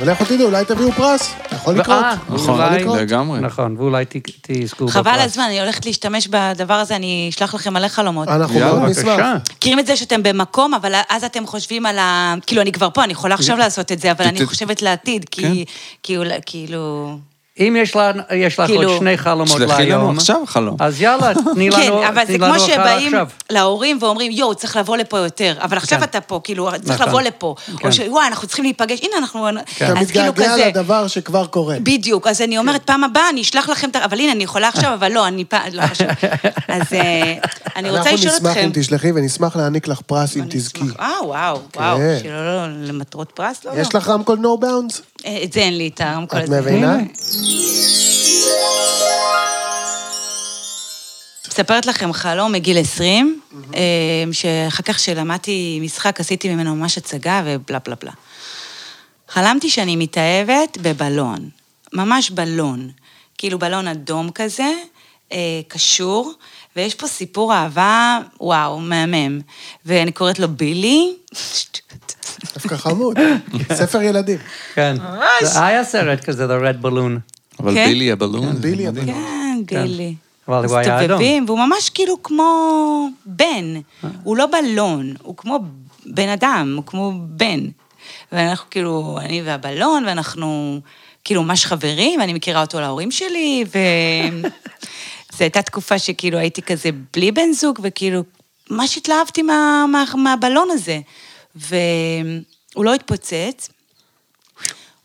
Speaker 1: ולכו תדעו, אולי תביאו פרס, יכול לקרות.
Speaker 2: אה,
Speaker 3: נכון,
Speaker 2: אולי-
Speaker 3: לגמרי.
Speaker 2: נכון, ואולי ת- תזכו בפרס.
Speaker 6: חבל על הזמן, אני הולכת להשתמש בדבר הזה, אני אשלח לכם מלא חלומות.
Speaker 1: אנחנו
Speaker 3: יאללה,
Speaker 1: מאוד נשמח.
Speaker 2: בבקשה.
Speaker 6: מכירים את זה שאתם במקום, אבל אז אתם חושבים על ה... כאילו, אני כבר פה, אני יכולה עכשיו לעשות את זה, אבל אני
Speaker 3: ת-
Speaker 6: חושבת לעתיד, כי...
Speaker 1: כן.
Speaker 6: כי אולי- כאילו...
Speaker 2: אם יש לנו- יש לך עוד
Speaker 6: כאילו-
Speaker 2: שני חלומות
Speaker 3: שלחי לנו
Speaker 2: להיום,
Speaker 3: עכשיו חלום.
Speaker 2: אז
Speaker 6: (laughs)
Speaker 2: יאללה, תני
Speaker 6: כן,
Speaker 2: לנו
Speaker 6: אבל זה
Speaker 2: תני
Speaker 6: כמו
Speaker 2: לנו אחר
Speaker 6: שבאים
Speaker 2: עכשיו.
Speaker 6: להורים ואומרים, יואו, צריך לבוא לפה יותר, אבל עכשיו
Speaker 2: כן.
Speaker 6: אתה פה, כאילו, צריך
Speaker 2: נכון.
Speaker 6: לבוא לפה.
Speaker 2: כן.
Speaker 6: או שוואי, אנחנו צריכים להיפגש, הנה, אנחנו...
Speaker 1: כן. אתה
Speaker 6: אז כאילו
Speaker 1: מתגעגע
Speaker 6: כזה.
Speaker 1: לדבר כן. שכבר קורה.
Speaker 6: בדיוק, אז אני אומרת, פעם הבאה אני אשלח לכם את ה... אבל הנה, אני יכולה עכשיו, אבל לא, אני פעם... לא חשוב. אז אה, אני רוצה לשאול
Speaker 1: אנחנו נשמח
Speaker 6: אתכם...
Speaker 1: אם תשלחי, ונשמח להעניק לך פרס אם
Speaker 6: אני
Speaker 1: תזכי.
Speaker 6: אשמח. אה, וואו, וואו,
Speaker 1: כן.
Speaker 6: שלא לא, למטרות פרס, לא, לא.
Speaker 1: יש לך רמקול נו באונס?
Speaker 6: אה, את זה אין לי, את הרמקול
Speaker 1: את
Speaker 6: הזה.
Speaker 1: מבינה?
Speaker 6: מספרת לכם חלום מגיל 20, אה, שאחר כך שלמדתי משחק, עשיתי ממנו ממש הצגה ובלה בלה בלה. חלמתי שאני מתאהבת בבלון, ממש בלון, כאילו בלון אדום כזה, אה, קשור, ויש פה סיפור אהבה, וואו, מהמם. ואני קוראת לו בילי. (laughs) שטות.
Speaker 1: דווקא חמוד.
Speaker 3: (laughs)
Speaker 1: ספר ילדים.
Speaker 2: כן.
Speaker 6: אה,
Speaker 2: זה היה סרט כזה, The Red Balloon.
Speaker 3: אבל
Speaker 6: כן.
Speaker 3: בילי הבלון.
Speaker 1: בילי,
Speaker 3: מדהים.
Speaker 1: אדום.
Speaker 6: כן, בילי.
Speaker 2: אבל הוא היה אדום.
Speaker 6: מסתובבים, והוא ממש כאילו כמו בן. הוא לא בלון, הוא כמו בן אדם, הוא כמו בן. ואנחנו כאילו, אני והבלון, ואנחנו כאילו ממש חברים, ואני מכירה אותו להורים שלי, ו...
Speaker 2: (laughs)
Speaker 6: זו הייתה תקופה שכאילו הייתי כזה בלי בן זוג, וכאילו, ממש התלהבתי מה, מה, מהבלון הזה. והוא לא התפוצץ.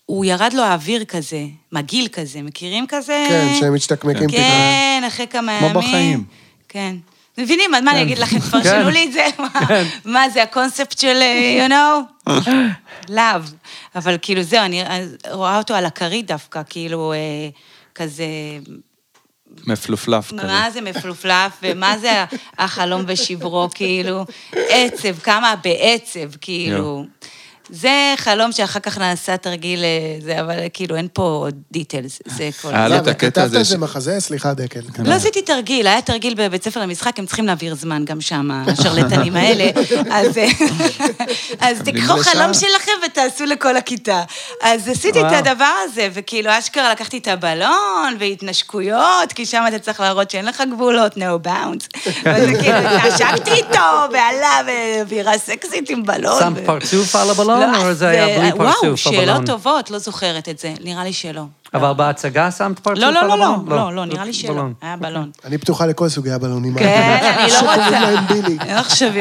Speaker 6: הוא ירד לו האוויר כזה, מגעיל כזה, מכירים כזה?
Speaker 1: כן, שהם מצ'תקמקים פתאום.
Speaker 6: כן, אחרי כמה
Speaker 3: כמו
Speaker 6: ימים.
Speaker 3: בחיים.
Speaker 6: כן. אתם מבינים? אז מה אני אגיד לכם? כבר
Speaker 2: כן.
Speaker 6: שאלו לי את זה? מה- מה זה הקונספט של, אה, you know? לאו. אבל כאילו זהו, אני אז רואה אותו על הכרית דווקא, כאילו אה, כזה,
Speaker 3: מפלופלף כזה.
Speaker 6: מה זה מפלופלף, ומה זה החלום ושברו, כאילו, עצב, כמה בעצב, כאילו.
Speaker 3: יואו.
Speaker 6: זה חלום שאחר כך נעשה תרגיל, אה, זה, אבל כאילו אין פה דיטלס, זה כל...
Speaker 3: היה לו את
Speaker 1: אבל
Speaker 3: הקטע
Speaker 1: כתבת
Speaker 3: הזה.
Speaker 1: את
Speaker 3: ש- כן.
Speaker 1: זה מחזה? סליחה, דקל.
Speaker 6: לא עשיתי תרגיל, היה תרגיל בבית ספר למשחק, הם צריכים להעביר זמן גם שם, השרלטנים האלה. אז, אה, אז תיקחו
Speaker 3: לשעה.
Speaker 6: חלום שלכם ותעשו לכל הכיתה. אז עשיתי את
Speaker 2: וואו.
Speaker 6: הדבר הזה, וכאילו אשכרה לקחתי את הבלון, והתנשקויות, כי שם אתה צריך להראות שאין לך גבולות, no bounds. ואז כאילו התנשקתי איתו, ועלה, ואווירה סקסית עם בלון.
Speaker 2: שם
Speaker 6: ו-
Speaker 2: פרצוף על הבלון,
Speaker 6: לא,
Speaker 2: או זה היה בלי
Speaker 6: וואו,
Speaker 2: פרצוף הבלון?
Speaker 6: שאלות טובות, לא זוכרת את זה, נראה לי שלא.
Speaker 2: אבל בהצגה שמת פרצוף
Speaker 6: לא,
Speaker 2: על
Speaker 6: לא, לא,
Speaker 2: הבלון?
Speaker 6: לא, לא, לא, נראה לי שלא,
Speaker 2: בלון.
Speaker 6: היה בלון.
Speaker 1: אני פתוחה לכל סוגי הבלונים.
Speaker 3: (laughs)
Speaker 6: כן, אני לא
Speaker 1: שקוראים
Speaker 6: רוצה.
Speaker 1: להם בילי.
Speaker 6: אני (laughs) לא עכשיו...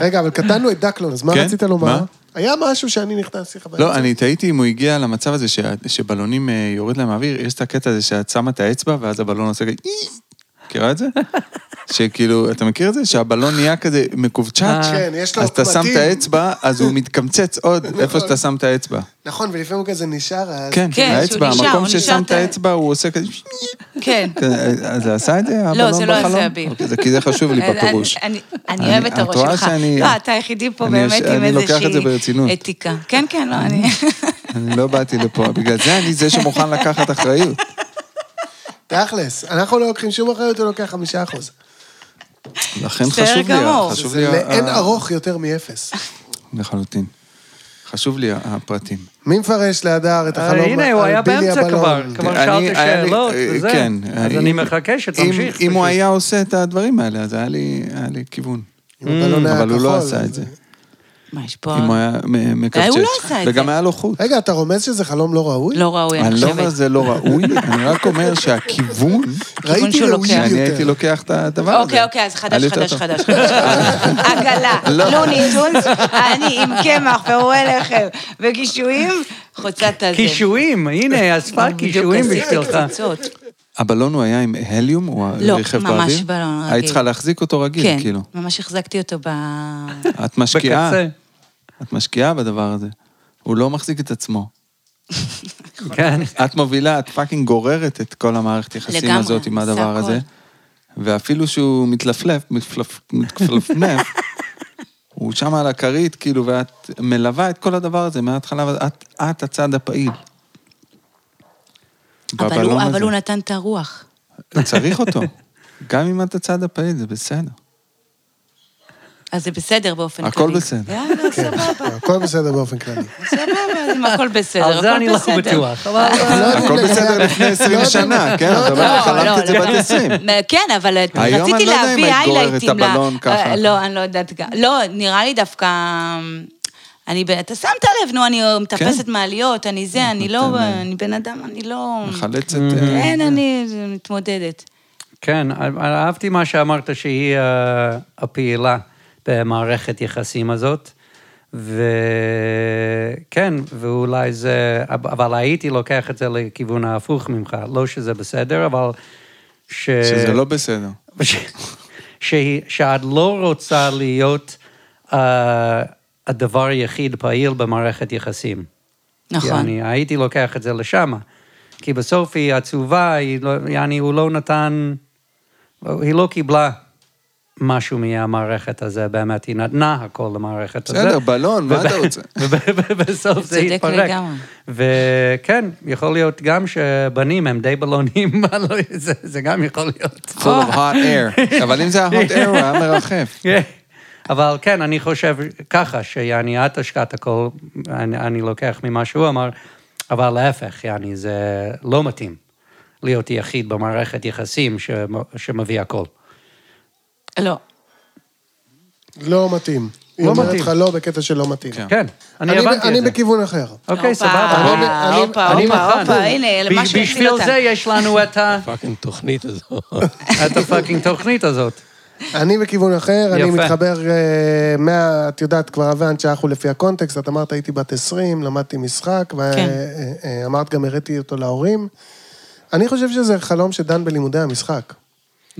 Speaker 1: רגע, אבל קטענו את דקלון, אז מה
Speaker 3: כן?
Speaker 1: רצית לומר?
Speaker 3: מה?
Speaker 1: היה משהו שאני נכנסתי לך
Speaker 3: לא, אני תהיתי אם הוא הגיע למצב הזה ש- שבלונים אה, יורד להם האוויר, יש את הקטע הזה שאת שמה את האצבע ואז הבלון עושה כזה... "אי". מכירה את
Speaker 6: (laughs)
Speaker 3: זה? שכאילו, אתה מכיר את זה? שהבלון נהיה כזה מקובצ'אץ',
Speaker 6: אה,
Speaker 1: כן, יש לו
Speaker 3: אז אתה שם
Speaker 1: קמטים.
Speaker 3: את האצבע, אז הוא מתקמצץ עוד איפה שאתה שם את האצבע.
Speaker 1: נכון, ולפעמים הוא כזה נשאר, אז...
Speaker 3: כן,
Speaker 6: כן,
Speaker 3: האצבע,
Speaker 6: שהוא נשאר,
Speaker 3: המקום
Speaker 6: הוא נשאר
Speaker 3: ששם את
Speaker 6: את ה-
Speaker 3: האצבע, הוא עושה כזה...
Speaker 6: כן.
Speaker 3: כזה, אז זה עשה את זה? הבלון
Speaker 6: זה לא עשה,
Speaker 3: בחלום?
Speaker 6: אביב.
Speaker 3: אוקיי, זה- כי זה חשוב לי בפירוש.
Speaker 6: (laughs) אני- אני אוהבת את
Speaker 3: את
Speaker 6: הראש
Speaker 3: רואה
Speaker 6: שלך.
Speaker 3: שאני-
Speaker 6: לא, אתה היחידי פה
Speaker 3: אני-
Speaker 6: באמת עם
Speaker 3: אני לוקח את זה
Speaker 6: איזושהי
Speaker 3: ברצינות.
Speaker 6: אתיקה. כן, כן, לא,
Speaker 3: (laughs)
Speaker 6: אני...
Speaker 3: אני לא באתי לפה, בגלל זה אני זה שמוכן לקחת אחריות.
Speaker 1: תכלס, אנחנו לא לוקחים שום אחריות, הוא לוקח חמישה אחוז.
Speaker 3: לכן
Speaker 6: בסדר
Speaker 3: חשוב לי,
Speaker 6: גמור.
Speaker 3: חשוב
Speaker 1: זה
Speaker 3: לי... ה-
Speaker 1: לאין
Speaker 3: ה-
Speaker 1: ארוך יותר מאפס.
Speaker 3: לחלוטין. חשוב לי הפרטים.
Speaker 1: מי מפרש להדר את
Speaker 2: אה,
Speaker 1: החלום
Speaker 2: הנה, הוא
Speaker 1: על
Speaker 2: היה
Speaker 1: בילי
Speaker 2: באמצע כבר,
Speaker 1: הבלון?
Speaker 2: כבר
Speaker 3: אני-
Speaker 2: שאלת
Speaker 3: היה לי-
Speaker 2: שאלות
Speaker 3: אה,
Speaker 2: וזה.
Speaker 3: כן.
Speaker 2: אז
Speaker 3: אה,
Speaker 2: אני
Speaker 3: אם-
Speaker 2: מחכה
Speaker 3: אם-
Speaker 2: שתמשיך.
Speaker 3: אם הוא
Speaker 2: פשוט.
Speaker 3: היה עושה את הדברים האלה, אז היה לי היה לי כיוון.
Speaker 1: עם הבלון
Speaker 3: אבל הוא לא
Speaker 1: הכחול.
Speaker 3: עשה את זה.
Speaker 6: מה יש פה?
Speaker 3: אם הוא היה מ- מקבצ'ץ'.
Speaker 6: הוא לא עשה את
Speaker 3: וגם
Speaker 6: זה.
Speaker 3: היה לו חוט.
Speaker 1: רגע, אתה רומז שזה חלום לא ראוי?
Speaker 6: לא ראוי, אני
Speaker 3: אני לא אומר
Speaker 6: חושבת.
Speaker 3: זה לא
Speaker 6: (laughs)
Speaker 3: ראוי, אני רק אומר שהכיוון,
Speaker 1: ראיתי
Speaker 6: שהוא
Speaker 1: ראוי
Speaker 6: לוקח.
Speaker 1: יותר.
Speaker 3: שאני הייתי לוקח את הדבר הזה.
Speaker 6: אוקיי, אוקיי, אז חדש,
Speaker 3: היה לי יותר
Speaker 6: חדש,
Speaker 3: טוב.
Speaker 6: חדש, חדש.
Speaker 3: (laughs)
Speaker 6: עגלה,
Speaker 3: לא.
Speaker 6: לוני טונס, אני עם קמח ורואה לחם וקישואים, חוצה את הזה.
Speaker 2: קישואים, הנה, אספה קישואים
Speaker 6: אה, בדיוק, אה,
Speaker 2: בשבילך.
Speaker 6: קציצות.
Speaker 3: הבלון הוא היה עם הליום? הוא
Speaker 6: לא,
Speaker 3: רכב
Speaker 6: ממש
Speaker 3: באוויר?
Speaker 6: בלון רגיל.
Speaker 3: היית צריכה להחזיק אותו רגיל,
Speaker 6: כן,
Speaker 3: כאילו.
Speaker 6: ממש החזקתי אותו ב...
Speaker 3: את משקיעה,
Speaker 2: בקצה.
Speaker 3: את משקיעה בדבר הזה. הוא לא מחזיק את עצמו.
Speaker 2: כן.
Speaker 3: את מובילה, את פאקינג גוררת את כל המערכת יחסים
Speaker 6: לגמרי,
Speaker 3: הזאת עם
Speaker 6: עושה
Speaker 3: הדבר
Speaker 6: הכל.
Speaker 3: הזה. ואפילו שהוא מתלפלף, מתפלפ-
Speaker 6: (laughs)
Speaker 3: מתפלפנף, הוא שם על הכרית, כאילו, ואת מלווה את כל הדבר הזה מההתחלה, ואת את הצד הפעיל.
Speaker 6: אבל
Speaker 3: בבלון
Speaker 6: הוא- אבל
Speaker 3: הזה.
Speaker 6: הוא נתן את הרוח.
Speaker 3: צריך
Speaker 6: (laughs)
Speaker 3: אותו. גם אם את הצד הפעיל, זה בסדר.
Speaker 6: Mm. אז זה בסדר באופן
Speaker 3: הכל
Speaker 6: כללי.
Speaker 3: בסדר.
Speaker 6: יאללה, סבבה,
Speaker 1: כן, הכל בסדר באופן כללי.
Speaker 6: סבבה, אם הכל בסדר, הכל בסדר.
Speaker 2: על זה אני לא בטוח.
Speaker 6: (laughs)
Speaker 2: אבל-
Speaker 1: לא יודעים
Speaker 3: הכל
Speaker 1: לגבי-
Speaker 3: בסדר לפני
Speaker 1: לא
Speaker 3: 20 שנה, כן? אתה אומר,
Speaker 6: לא,
Speaker 3: חלמת
Speaker 6: לא,
Speaker 3: את זה
Speaker 6: לא.
Speaker 3: בת 20.
Speaker 6: מה, כן, אבל
Speaker 3: היום
Speaker 6: רציתי
Speaker 3: אני לא יודע אם
Speaker 6: להביא
Speaker 3: היית גוררת
Speaker 6: היילייטים.
Speaker 3: את הבלון
Speaker 6: ל-
Speaker 3: ככה.
Speaker 6: אה, לא, אני לא יודעת גם. לא, נראה לי דווקא... אמ, אני, ב- אתה שמת לב, נו, אני מטפסת
Speaker 3: כן.
Speaker 6: מעליות, אני זה, אני לא,
Speaker 3: אתם,
Speaker 6: אני בן אדם, אני לא...
Speaker 3: מחלצת... אה,
Speaker 6: כן, אני מתמודדת.
Speaker 2: כן, אה- אהבתי מה שאמרת שהיא אה, הפעילה במערכת יחסים הזאת, וכן, ואולי זה, אבל הייתי לוקח את זה לכיוון ההפוך ממך, לא שזה בסדר, אבל ש...
Speaker 6: אה,
Speaker 3: שזה לא בסדר.
Speaker 2: ש... שהיא, שאת לא רוצה להיות uh, הדבר היחיד פעיל במערכת יחסים.
Speaker 6: נכון.
Speaker 2: יעני, הייתי לוקח את זה לשם. כי בסוף היא עצובה, היא לא, יעני, הוא לא נתן, היא לא קיבלה משהו מהמערכת הזה, באמת, היא נתנה הכל למערכת הזה.
Speaker 3: בסדר, בלון, מה
Speaker 2: (laughs)
Speaker 3: אתה רוצה?
Speaker 2: ובסוף זה
Speaker 6: צודק
Speaker 2: התפרק.
Speaker 6: לגמרי.
Speaker 2: וכן, יכול להיות גם שבנים הם די בלונים, (laughs) מה לא- זה- זה גם יכול להיות.
Speaker 3: full of
Speaker 6: אה,
Speaker 3: hot
Speaker 6: (laughs)
Speaker 3: air. אבל אם זה היה hot air, הוא היה מרחף.
Speaker 2: כן. (laughs) אבל כן, אני חושב ככה, שיעני, את השקעת הכל, אני, אני לוקח ממה שהוא אמר, אבל להפך, יעני, זה לא מתאים להיות יחיד במערכת יחסים שמ- שמביא הכל.
Speaker 6: לא.
Speaker 1: לא מתאים. היא
Speaker 2: לא
Speaker 1: אומרת
Speaker 2: מתאים.
Speaker 1: לך לא בקטע שלא מתאים.
Speaker 2: כן, אני הבנתי את
Speaker 1: אני
Speaker 2: זה.
Speaker 1: בכיוון אחר.
Speaker 2: אוקיי,
Speaker 6: הופה,
Speaker 2: סבבה. אני-
Speaker 1: אני-
Speaker 6: הופה,
Speaker 1: אני
Speaker 6: הופה,
Speaker 2: מוכן.
Speaker 6: הופה, הנה,
Speaker 2: ב-
Speaker 6: מה שהכיל
Speaker 2: בשביל
Speaker 6: אותם.
Speaker 2: זה יש לנו את ה-
Speaker 7: פאקינג תוכנית הזו.
Speaker 2: את הפאקינג תוכנית הזאת.
Speaker 1: אני בכיוון אחר, אני
Speaker 2: יפה.
Speaker 1: מתחבר אה, מה... את יודעת, כבר הבנת שאנחנו לפי הקונטקסט, את אמרת הייתי בת 20, למדתי משחק,
Speaker 6: כן.
Speaker 1: ואמרת גם הראתי אותו להורים. אני חושב שזה חלום שדן בלימודי המשחק.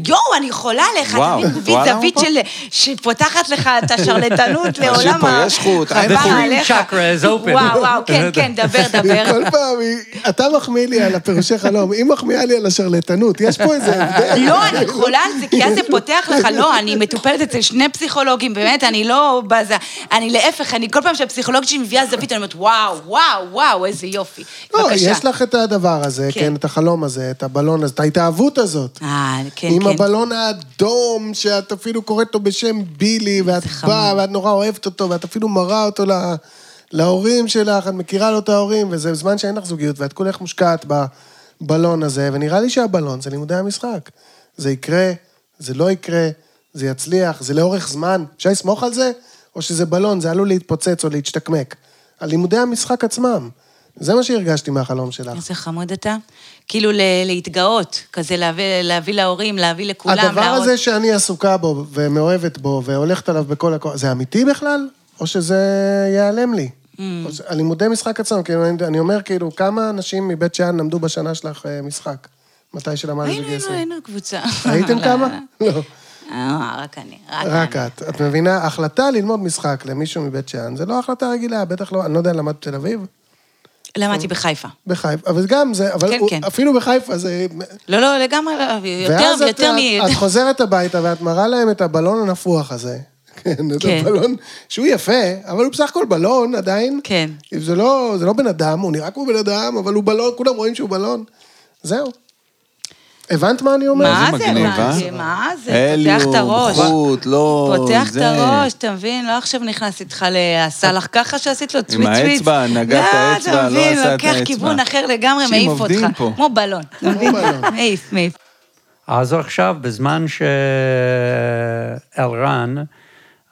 Speaker 6: יואו, אני חולה עליך,
Speaker 3: וואו,
Speaker 6: אתה מבין
Speaker 3: וואלה,
Speaker 6: זווית
Speaker 3: מפה?
Speaker 6: של... שפותחת לך את
Speaker 1: (laughs)
Speaker 6: השרלטנות
Speaker 3: אנשים
Speaker 6: לעולם
Speaker 3: פה,
Speaker 6: ה...
Speaker 3: יש חוט,
Speaker 1: אה,
Speaker 6: חבל
Speaker 3: אין חוט.
Speaker 6: עליך.
Speaker 2: The chakra is open.
Speaker 6: וואו, וואו,
Speaker 2: (laughs)
Speaker 6: כן, כן, דבר, דבר.
Speaker 1: (laughs) כל פעם, היא- אתה מחמיא לי על הפירושי חלום, היא מחמיאה לי על השרלטנות, יש פה איזה הבדל.
Speaker 6: לא, אני חולה על זה, כי אז זה פותח לך, לא, אני מטופלת אצל שני פסיכולוגים, באמת, אני לא בזה, אני להפך, אני כל פעם שהפסיכולוגית שלי מביאה זווית, אני אומרת, וואו, וואו, וואו, איזה יופי.
Speaker 1: לא,
Speaker 6: בבקשה.
Speaker 1: יש לך את הדבר הזה,
Speaker 6: כן.
Speaker 1: כן, את החלום הזה, את הבלון הזה, את ההתאהבות הזאת.
Speaker 6: אה, כן,
Speaker 1: עם
Speaker 6: כן.
Speaker 1: הבלון האדום, שאת אפילו קוראת לו בשם בילי, ואת
Speaker 6: חמוד.
Speaker 1: באה, ואת נורא אוהבת אותו, ואת אפילו מראה אותו לה, להורים שלך, את מכירה לו את ההורים, וזה זמן שאין לך זוגיות, ואת כולך מושקעת בבלון הזה, ונראה לי שהבלון זה לימודי המשחק. זה יקרה, זה לא יקרה, זה יצליח, זה לאורך זמן. אפשר לסמוך על זה? או שזה בלון, זה עלול להתפוצץ או להשתקמק. על לימודי המשחק עצמם. זה מה שהרגשתי מהחלום שלך.
Speaker 6: איזה חמוד אתה. כאילו ל- להתגאות, כזה להביא, להביא להורים, להביא לכולם,
Speaker 1: הדבר
Speaker 6: להראות.
Speaker 1: הזה שאני עסוקה בו ומאוהבת בו והולכת עליו בכל הכוח, זה אמיתי בכלל? או שזה ייעלם לי?
Speaker 6: Mm.
Speaker 1: או ש- הלימודי משחק עצמם, כאילו, אני, אני אומר, כאילו, כמה אנשים מבית שאן למדו בשנה שלך אה, משחק? מתי שלמדנו
Speaker 6: היינו,
Speaker 1: בגיל
Speaker 6: היינו,
Speaker 1: 20?
Speaker 6: היינו קבוצה. (laughs)
Speaker 1: הייתם כמה? לא.
Speaker 6: אה, רק אני, רק אני.
Speaker 1: רק את. את מבינה, החלטה ללמוד משחק למישהו מבית שאן, זה לא החלטה רגילה, בטח לא, אני לא יודע, למדת בתל אביב?
Speaker 6: למדתי בחיפה.
Speaker 1: בחיפה, אבל גם זה, אבל
Speaker 6: כן,
Speaker 1: הוא-
Speaker 6: כן.
Speaker 1: אפילו בחיפה זה...
Speaker 6: לא, לא, לגמרי, לא, יותר,
Speaker 1: ואז את-
Speaker 6: יותר מ...
Speaker 1: את, את חוזרת הביתה ואת מראה להם את הבלון הנפוח הזה. כן, את
Speaker 6: כן.
Speaker 1: הבלון, שהוא יפה, אבל הוא בסך הכל בלון עדיין.
Speaker 6: כן.
Speaker 1: אם זה לא, זה לא בן אדם, הוא נראה כמו בן אדם, אבל הוא בלון, כולם רואים שהוא בלון. זהו. הבנת מה אני אומר?
Speaker 6: מה
Speaker 3: איזה
Speaker 6: זה
Speaker 3: מגניב,
Speaker 6: הבנתי?
Speaker 3: אה?
Speaker 6: מה זה? פותח את
Speaker 3: הליום,
Speaker 6: הראש.
Speaker 3: חוט, לא...
Speaker 6: פותח את
Speaker 3: זה.
Speaker 6: הראש, אתה מבין? לא עכשיו נכנס איתך לסאלח ככה שעשית לו טוויט טוויט.
Speaker 3: האצבע, נגע את האצבע, לא עשה את
Speaker 6: לוקח
Speaker 3: האצבע.
Speaker 6: כיוון אחר לגמרי,
Speaker 3: אנשים
Speaker 6: מעיף
Speaker 3: עובדים
Speaker 6: אותך.
Speaker 3: פה.
Speaker 6: כמו בלון. אתה מבין? מעיף, מעיף.
Speaker 2: אז עכשיו, בזמן שאלרן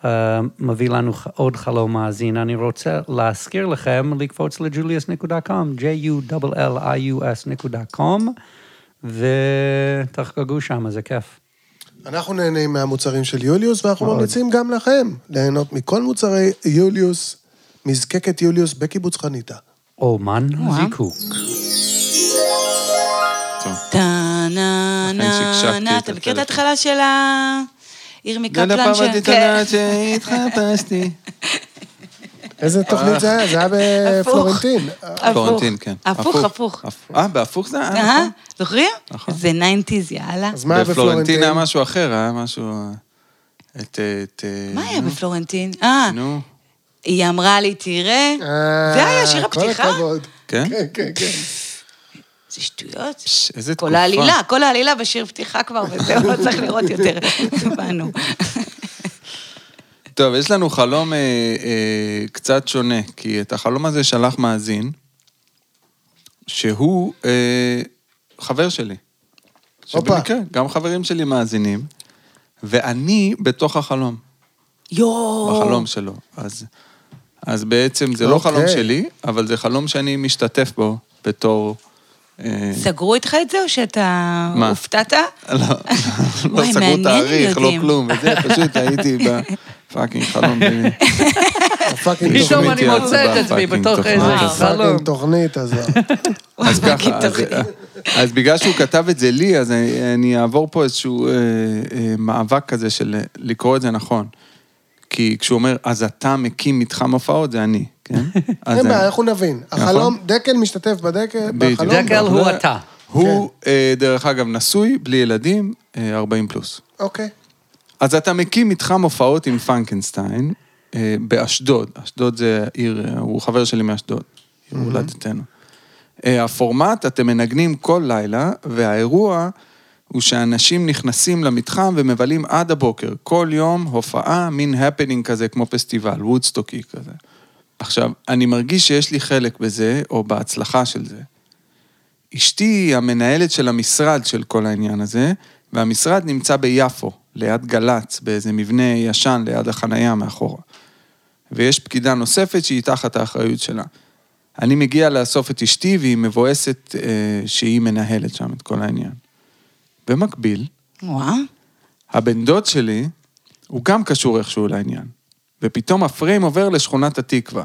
Speaker 2: אה, מביא לנו ח- עוד חלום מאזין. אני רוצה להזכיר לכם לקפוץ לג'וליוס.com, j-u-l-l-i-u-s.com, ותחגגו שם, זה כיף.
Speaker 1: אנחנו נהנים מהמוצרים של יוליוס, ואנחנו ממליצים גם לכם ליהנות מכל מוצרי יוליוס, מזקקת יוליוס בקיבוץ חניתה.
Speaker 2: אומן
Speaker 6: וואו.
Speaker 2: זיקוק.
Speaker 3: טוב.
Speaker 6: טה נה
Speaker 3: לכן
Speaker 6: נה
Speaker 3: שקשקתי
Speaker 6: נה,
Speaker 3: את
Speaker 6: אתה מכיר את
Speaker 3: הטלפון. לא
Speaker 6: ההתחלה של ה... ירמי
Speaker 3: עד
Speaker 6: קפלן
Speaker 3: הפעם
Speaker 6: ש...
Speaker 3: התיתנה
Speaker 6: כן.
Speaker 3: שהתחפשתי.
Speaker 1: איזה תוכנית זה היה? זה היה
Speaker 6: הפוך.
Speaker 1: בפלורנטין.
Speaker 6: (laughs) הפוך.
Speaker 3: פלורנטין, כן.
Speaker 6: הפוך, הפוך.
Speaker 3: אה, בהפוך זה היה?
Speaker 6: אה,
Speaker 3: נכון.
Speaker 6: זוכרים?
Speaker 3: נכון.
Speaker 6: זה ניינטיז, יאללה.
Speaker 1: אז מה היה
Speaker 3: בפלורנטין
Speaker 1: בפלורנטין?
Speaker 3: היה משהו אחר, היה משהו... אה, את... אה, את, אה,
Speaker 6: מה היה
Speaker 3: נו,
Speaker 6: בפלורנטין? אה,
Speaker 3: נו.
Speaker 6: היא אמרה לי, תראה,
Speaker 1: אה,
Speaker 6: זה היה שיר
Speaker 1: כל
Speaker 6: הפתיחה?
Speaker 1: הכבוד.
Speaker 3: כן?
Speaker 1: כן, כן, כן.
Speaker 6: זה שטויות.
Speaker 3: פש, איזה תקופה.
Speaker 6: כל העלילה, כל העלילה בשיר פתיחה כבר, וזהו, לא צריך לראות יותר. (laughs) הבנו.
Speaker 3: טוב, יש לנו חלום אה, אה, קצת שונה, כי את החלום הזה שלח מאזין, שהוא אה, חבר שלי. שבמקרה, גם חברים שלי מאזינים, ואני בתוך החלום,
Speaker 6: יואו.
Speaker 3: בחלום שלו. אז, אז בעצם זה לא
Speaker 1: אוקיי.
Speaker 3: חלום שלי, אבל זה חלום שאני משתתף בו בתור... אה,
Speaker 6: סגרו איתך את זה, או שאתה
Speaker 3: מה?
Speaker 6: הופתעת?
Speaker 3: לא, לא סגרו
Speaker 6: וואי, מעניין
Speaker 3: תאריך,
Speaker 6: אם
Speaker 3: לא
Speaker 6: יודעים.
Speaker 3: כלום, וזה, פשוט הייתי בפאקינג
Speaker 6: (laughs)
Speaker 3: חלום. שלי.
Speaker 1: הפאקינג
Speaker 2: כן. פתאום
Speaker 1: תוכנית.
Speaker 2: אני
Speaker 3: תוכנית
Speaker 2: מוצא את
Speaker 3: יעצבן,
Speaker 2: עצמי
Speaker 3: פאקינג
Speaker 2: בתוך
Speaker 3: תוכנית.
Speaker 2: איזה
Speaker 6: וואו.
Speaker 2: חלום.
Speaker 1: הפאקינג תוכנית
Speaker 2: (laughs)
Speaker 1: הזאת.
Speaker 3: אז
Speaker 6: כי
Speaker 3: ככה, אז, אה,
Speaker 6: תוכנית.
Speaker 3: אז בגלל שהוא כתב את זה לי, אז אני, אני אעבור פה איזשהו אה, אה, מאבק כזה של אה, לקרוא את זה נכון. כי כשהוא אומר, אז אתה מקים מתחם הופעות, זה אני,
Speaker 6: (laughs)
Speaker 3: כן? אז
Speaker 1: אין
Speaker 3: אני-
Speaker 1: בעיה, אנחנו נבין. החלום, דקל משתתף בדקל,
Speaker 3: בדיוק.
Speaker 1: בחלום.
Speaker 2: נכון. דקל
Speaker 1: ב-
Speaker 2: הוא אתה.
Speaker 3: הוא, אה, דרך אגב, נשוי, בלי ילדים, אה, 40 פלוס.
Speaker 1: אוקיי.
Speaker 3: אז אתה מקים מתחם הופעות עם פנקנשטיין אה, באשדוד. אשדוד זה עיר, אה, הוא חבר שלי מאשדוד, עיר הולדתנו. אה, הפורמט, אתם מנגנים כל לילה, והאירוע הוא שאנשים נכנסים למתחם ומבלים עד הבוקר. כל יום הופעה, מין הפנינג כזה, כמו פסטיבל, וודסטוקי כזה. עכשיו, אני מרגיש שיש לי חלק בזה, או בהצלחה של זה. אשתי היא המנהלת של המשרד של כל העניין הזה, והמשרד נמצא ביפו, ליד גל"צ, באיזה מבנה ישן ליד החנייה מאחורה. ויש פקידה נוספת שהיא תחת האחריות שלה. אני מגיע לאסוף את אשתי והיא מבואסת אה, שהיא מנהלת שם את כל העניין. במקביל,
Speaker 6: וואו.
Speaker 3: הבן דוד שלי, הוא גם קשור איכשהו לעניין. ופתאום הפריים עובר לשכונת התקווה.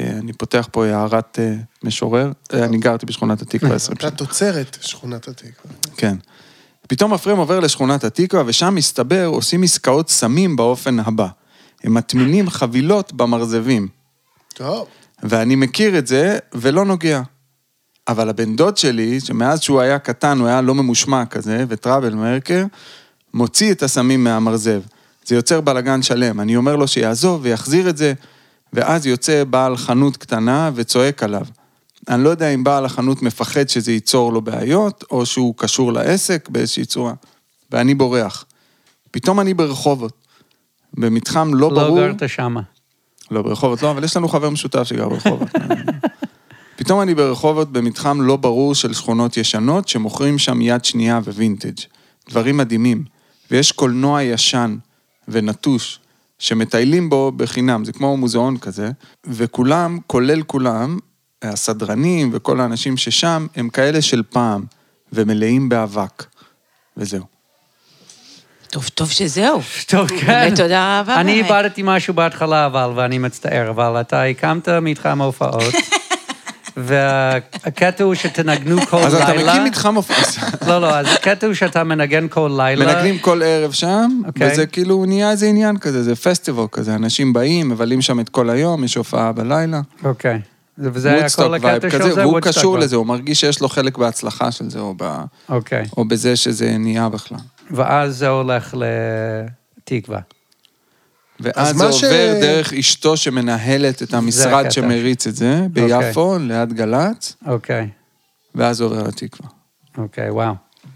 Speaker 3: אה, אני פותח פה הערת אה, משורר, אה, אני גרתי בשכונת התקווה 20 שנה.
Speaker 1: אתה תוצרת שכונת התקווה.
Speaker 3: כן. פתאום הפריים עובר לשכונת התקווה, ושם מסתבר עושים עסקאות סמים באופן הבא. הם מטמינים חבילות במרזבים,
Speaker 1: טוב.
Speaker 3: ואני מכיר את זה ולא נוגע. אבל הבן דוד שלי, שמאז שהוא היה קטן, הוא היה לא ממושמע כזה, וטראבל מרקר, מוציא את הסמים מהמרזב. זה יוצר בלגן שלם. אני אומר לו שיעזוב ויחזיר את זה, ואז יוצא בעל חנות קטנה וצועק עליו. אני לא יודע אם בעל החנות מפחד שזה ייצור לו בעיות, או שהוא קשור לעסק באיזושהי צורה. ואני בורח. פתאום אני ברחובות, במתחם לא
Speaker 2: לא
Speaker 3: ברור.
Speaker 2: גרת שמה.
Speaker 3: לא, ברחובות לא, אבל יש לנו חבר משותף שגר ברחובות. (laughs) פתאום אני ברחובות במתחם לא ברור של שכונות ישנות, שמוכרים שם יד שנייה ווינטג'. דברים מדהימים. ויש קולנוע ישן ונטוש, שמטיילים בו בחינם, זה כמו מוזיאון כזה, וכולם, כולל כולם, הסדרנים וכל האנשים ששם, הם כאלה של פעם, ומלאים באבק. וזהו.
Speaker 6: טוב, טוב שזהו.
Speaker 2: טוב, כן.
Speaker 6: באמת, תודה רבה,
Speaker 2: אני
Speaker 6: באמת.
Speaker 2: איבדתי משהו בהתחלה, אבל, ואני מצטער, אבל אתה הקמת מתחם
Speaker 6: (laughs)
Speaker 2: הופעות, והקטע הוא שתנגנו כל לילה.
Speaker 3: אז אתה מקים מתחם הופעה.
Speaker 2: לא, לא, אז הקטע הוא שאתה מנגן כל לילה.
Speaker 3: מנגנים כל ערב שם,
Speaker 2: אוקיי.
Speaker 3: וזה כאילו נהיה איזה עניין כזה, זה פסטיבל כזה, אנשים באים, מבלים שם את כל היום, יש הופעה בלילה.
Speaker 2: אוקיי. וזה היה כל
Speaker 3: וייב
Speaker 2: הקטע של
Speaker 3: כזה,
Speaker 2: זה?
Speaker 3: והוא
Speaker 2: Woodstock
Speaker 3: קשור
Speaker 2: vibe.
Speaker 3: לזה, הוא מרגיש שיש לו חלק בהצלחה של זה, או ב-
Speaker 2: אוקיי.
Speaker 3: או בזה שזה נהיה בכלל.
Speaker 2: ואז זה הולך לתקווה.
Speaker 3: ואז
Speaker 1: אז
Speaker 3: זה
Speaker 1: מה ש-
Speaker 3: עובר דרך אשתו שמנהלת את
Speaker 2: הקטע.
Speaker 3: המשרד שמריץ את זה, ביפו, ליד גל"צ,
Speaker 2: אוקיי.
Speaker 3: ואז זה עובר לתקווה.
Speaker 2: אוקיי,
Speaker 6: (laughs)
Speaker 2: וואו.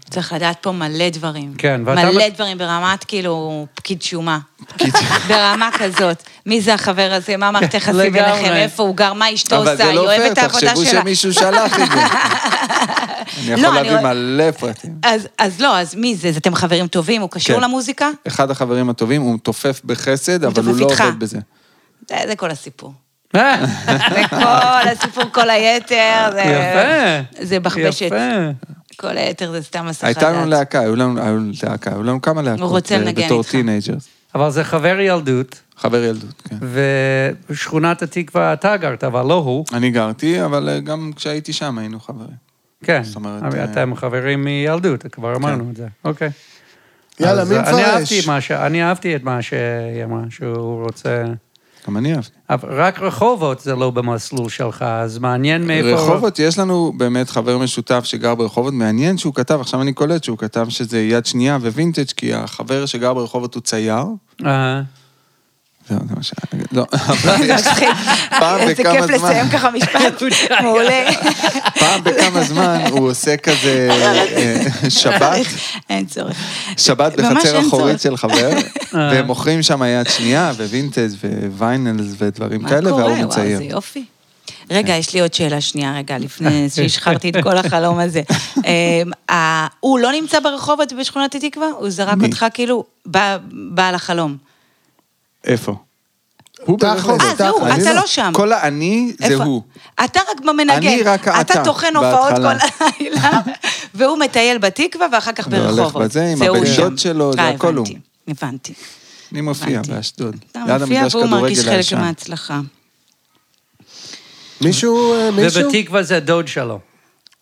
Speaker 6: צריך לדעת פה מלא דברים.
Speaker 2: כן, ואתה-
Speaker 6: מלא דברים ברמת, כאילו, פקיד שומה. (laughs) ברמה כזאת. מי זה החבר הזה?
Speaker 3: (laughs)
Speaker 6: מה מערכת היחסים
Speaker 2: לגמרי.
Speaker 6: ביניכם? איפה הוא גר? מה אשתו
Speaker 3: אבל
Speaker 6: עושה?
Speaker 3: זה
Speaker 6: היא
Speaker 3: לא
Speaker 6: אוהבת את
Speaker 3: פייר,
Speaker 6: העבודה
Speaker 3: תחשבו
Speaker 6: שלה.
Speaker 3: שמישהו שלח את זה. אני יכול להביא
Speaker 6: רואה-
Speaker 3: מלא פרטים.
Speaker 6: אז, אז לא, אז מי זה? אז אתם חברים טובים? הוא קשור
Speaker 3: כן.
Speaker 6: למוזיקה?
Speaker 3: אחד החברים הטובים, הוא תופף בחסד, אבל
Speaker 6: מתופף
Speaker 3: הוא לא
Speaker 6: איתך.
Speaker 3: עובד בזה.
Speaker 6: זה, זה כל הסיפור.
Speaker 2: אה,
Speaker 6: זה כל (laughs) הסיפור, כל היתר, זה...
Speaker 2: יפה.
Speaker 6: זה בחבשת.
Speaker 2: יפה.
Speaker 6: כל היתר זה סתם הסחת
Speaker 3: הייתה לנו
Speaker 6: דעת.
Speaker 3: להקה, היו לנו היו לנו להקה, היו לנו כמה להקות.
Speaker 6: רוצה
Speaker 3: אה,
Speaker 6: לנגן
Speaker 3: בתור
Speaker 6: איתך.
Speaker 3: טינג'רס.
Speaker 2: אבל זה חבר ילדות,
Speaker 3: חבר ילדות, כן.
Speaker 2: ושכונת התקווה אתה גרת, אבל לא הוא.
Speaker 3: אני גרתי, אבל אה, גם כשהייתי שם היינו חברים.
Speaker 2: כן,
Speaker 3: זאת אומרת,
Speaker 2: אבל
Speaker 3: אה, כן.
Speaker 2: אתם חברים מילדות, כבר אמרנו את זה. אוקיי.
Speaker 1: יאללה,
Speaker 2: אז
Speaker 1: מי
Speaker 2: אני אהבתי
Speaker 1: מפרש?
Speaker 2: מה ש- אני אהבתי את מה שהיא אמרה, שהוא רוצה...
Speaker 3: גם אני אהבתי.
Speaker 2: אבל רק רחובות זה לא במסלול שלך, אז מעניין מאיפה...
Speaker 3: רחובות, יש לנו באמת חבר משותף שגר ברחובות, מעניין שהוא כתב, עכשיו אני קולט שהוא כתב שזה יד שנייה ווינטג', כי החבר שגר ברחובות הוא צייר.
Speaker 2: אה,
Speaker 3: זהו, זה מה ש...
Speaker 6: (laughs)
Speaker 3: לא, אבל יש
Speaker 6: מצחיק.
Speaker 3: פעם
Speaker 6: איזה
Speaker 3: בכמה
Speaker 6: כיף
Speaker 3: זמן.
Speaker 6: לסיים ככה
Speaker 3: (laughs)
Speaker 6: משפט. מעולה.
Speaker 3: פעם בכמה זמן הוא עושה כזה אה, שבת,
Speaker 6: (laughs) אין צורך.
Speaker 3: שבת
Speaker 6: ממש
Speaker 3: בחצר
Speaker 6: אין
Speaker 3: אחורית
Speaker 6: צורך.
Speaker 3: של חבר, והם מוכרים שם יד שנייה ווינטג' וויינלס ודברים
Speaker 6: מה
Speaker 3: כאלה,
Speaker 6: קורה?
Speaker 3: וההוא
Speaker 6: וואו,
Speaker 3: מצייר.
Speaker 6: איזה יופי. רגע, יש לי עוד שאלה שנייה, רגע,
Speaker 3: (laughs)
Speaker 6: לפני שהשחררתי את כל החלום הזה. אמ, ה- הוא לא נמצא ברחובות בשכונת התקווה? הוא זרק
Speaker 3: מי?
Speaker 6: אותך כאילו ב- בעל החלום.
Speaker 3: איפה? הוא
Speaker 1: תחת.
Speaker 3: ברחובות.
Speaker 1: אה,
Speaker 6: זהו,
Speaker 3: אני
Speaker 6: אתה לא שם.
Speaker 3: כל האני זה
Speaker 6: איפה?
Speaker 3: הוא.
Speaker 6: אתה רק במנגן.
Speaker 3: אני רק האתה,
Speaker 6: אתה טוחן הופעות כל
Speaker 3: בהתחלה. (laughs)
Speaker 6: הלילה, והוא מטייל בתקווה ואחר כך
Speaker 3: והולך
Speaker 6: ברחובות.
Speaker 3: בזה עם
Speaker 6: זה הוא
Speaker 3: הבן
Speaker 6: שם.
Speaker 3: דוד שלו, זה
Speaker 6: אה,
Speaker 3: הכל הוא.
Speaker 6: הבנתי, הבנתי.
Speaker 3: אני מופיע
Speaker 6: הבנתי.
Speaker 3: באשדוד.
Speaker 6: אתה מופיע
Speaker 3: המגרש
Speaker 6: והוא מרגיש
Speaker 3: כדורגל
Speaker 6: חלק
Speaker 3: הישן.
Speaker 6: מההצלחה. לא-
Speaker 1: מישהו, אה, מישהו?
Speaker 2: ובתקווה זה דוד שלו.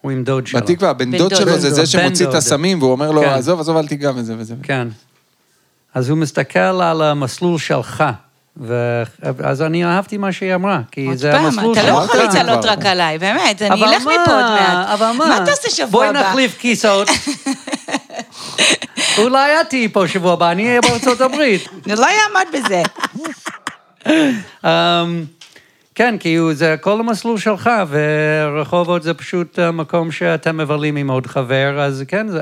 Speaker 2: הוא עם דוד שלו.
Speaker 3: בתקווה, הבן
Speaker 6: בן
Speaker 3: דוד
Speaker 6: דוד.
Speaker 3: שלו
Speaker 6: בן
Speaker 3: זה זה
Speaker 2: דוד.
Speaker 3: שמוציא
Speaker 2: בן
Speaker 3: את
Speaker 2: דוד.
Speaker 3: הסמים, והוא אומר לו,
Speaker 2: כן.
Speaker 3: עזוב, עזוב, אל תיגע בזה וזה.
Speaker 2: כן. אז הוא מסתכל על המסלול שלך, ו- אז אני אהבתי מה שהיא אמרה, כי
Speaker 6: עוד
Speaker 2: זה
Speaker 6: פעם,
Speaker 2: המסלול שלך.
Speaker 6: אתה לא
Speaker 3: אמרת
Speaker 6: יכול
Speaker 3: את זה
Speaker 6: להתעלות
Speaker 3: כבר.
Speaker 6: רק עליי, באמת, אני
Speaker 2: אבל
Speaker 6: אלך
Speaker 2: מה?
Speaker 6: מפה עוד מעט.
Speaker 2: אבל מה?
Speaker 6: מה אתה עושה שבוע הבא?
Speaker 2: בואי נחליף
Speaker 6: (laughs)
Speaker 2: כיסאות. אולי את תהיי פה שבוע הבא, אני אהיה בארצות הברית.
Speaker 6: אני לא אעמוד בזה.
Speaker 2: אמ, כן, כי הוא- זה כל המסלול שלך, ורחובות זה פשוט המקום שאתם מבלים עם עוד חבר, אז כן, זה,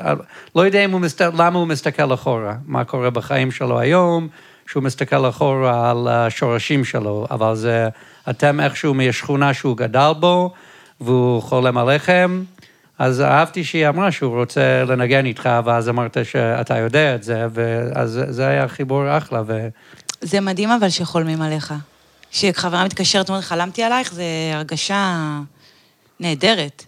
Speaker 2: לא יודע אם הוא מסת, למה הוא מסתכל אחורה, מה קורה בחיים שלו היום, שהוא מסתכל אחורה על השורשים שלו, אבל זה, אתם איכשהו מהשכונה שהוא גדל בו, והוא חולם עליכם, אז אהבתי שהיא אמרה שהוא רוצה לנגן איתך, ואז אמרת שאתה יודע את זה, ואז זה היה חיבור אחלה, ו...
Speaker 6: זה מדהים אבל שחולמים עליך. כשחברה מתקשרת ואומרת, חלמתי עלייך, זה הרגשה נהדרת.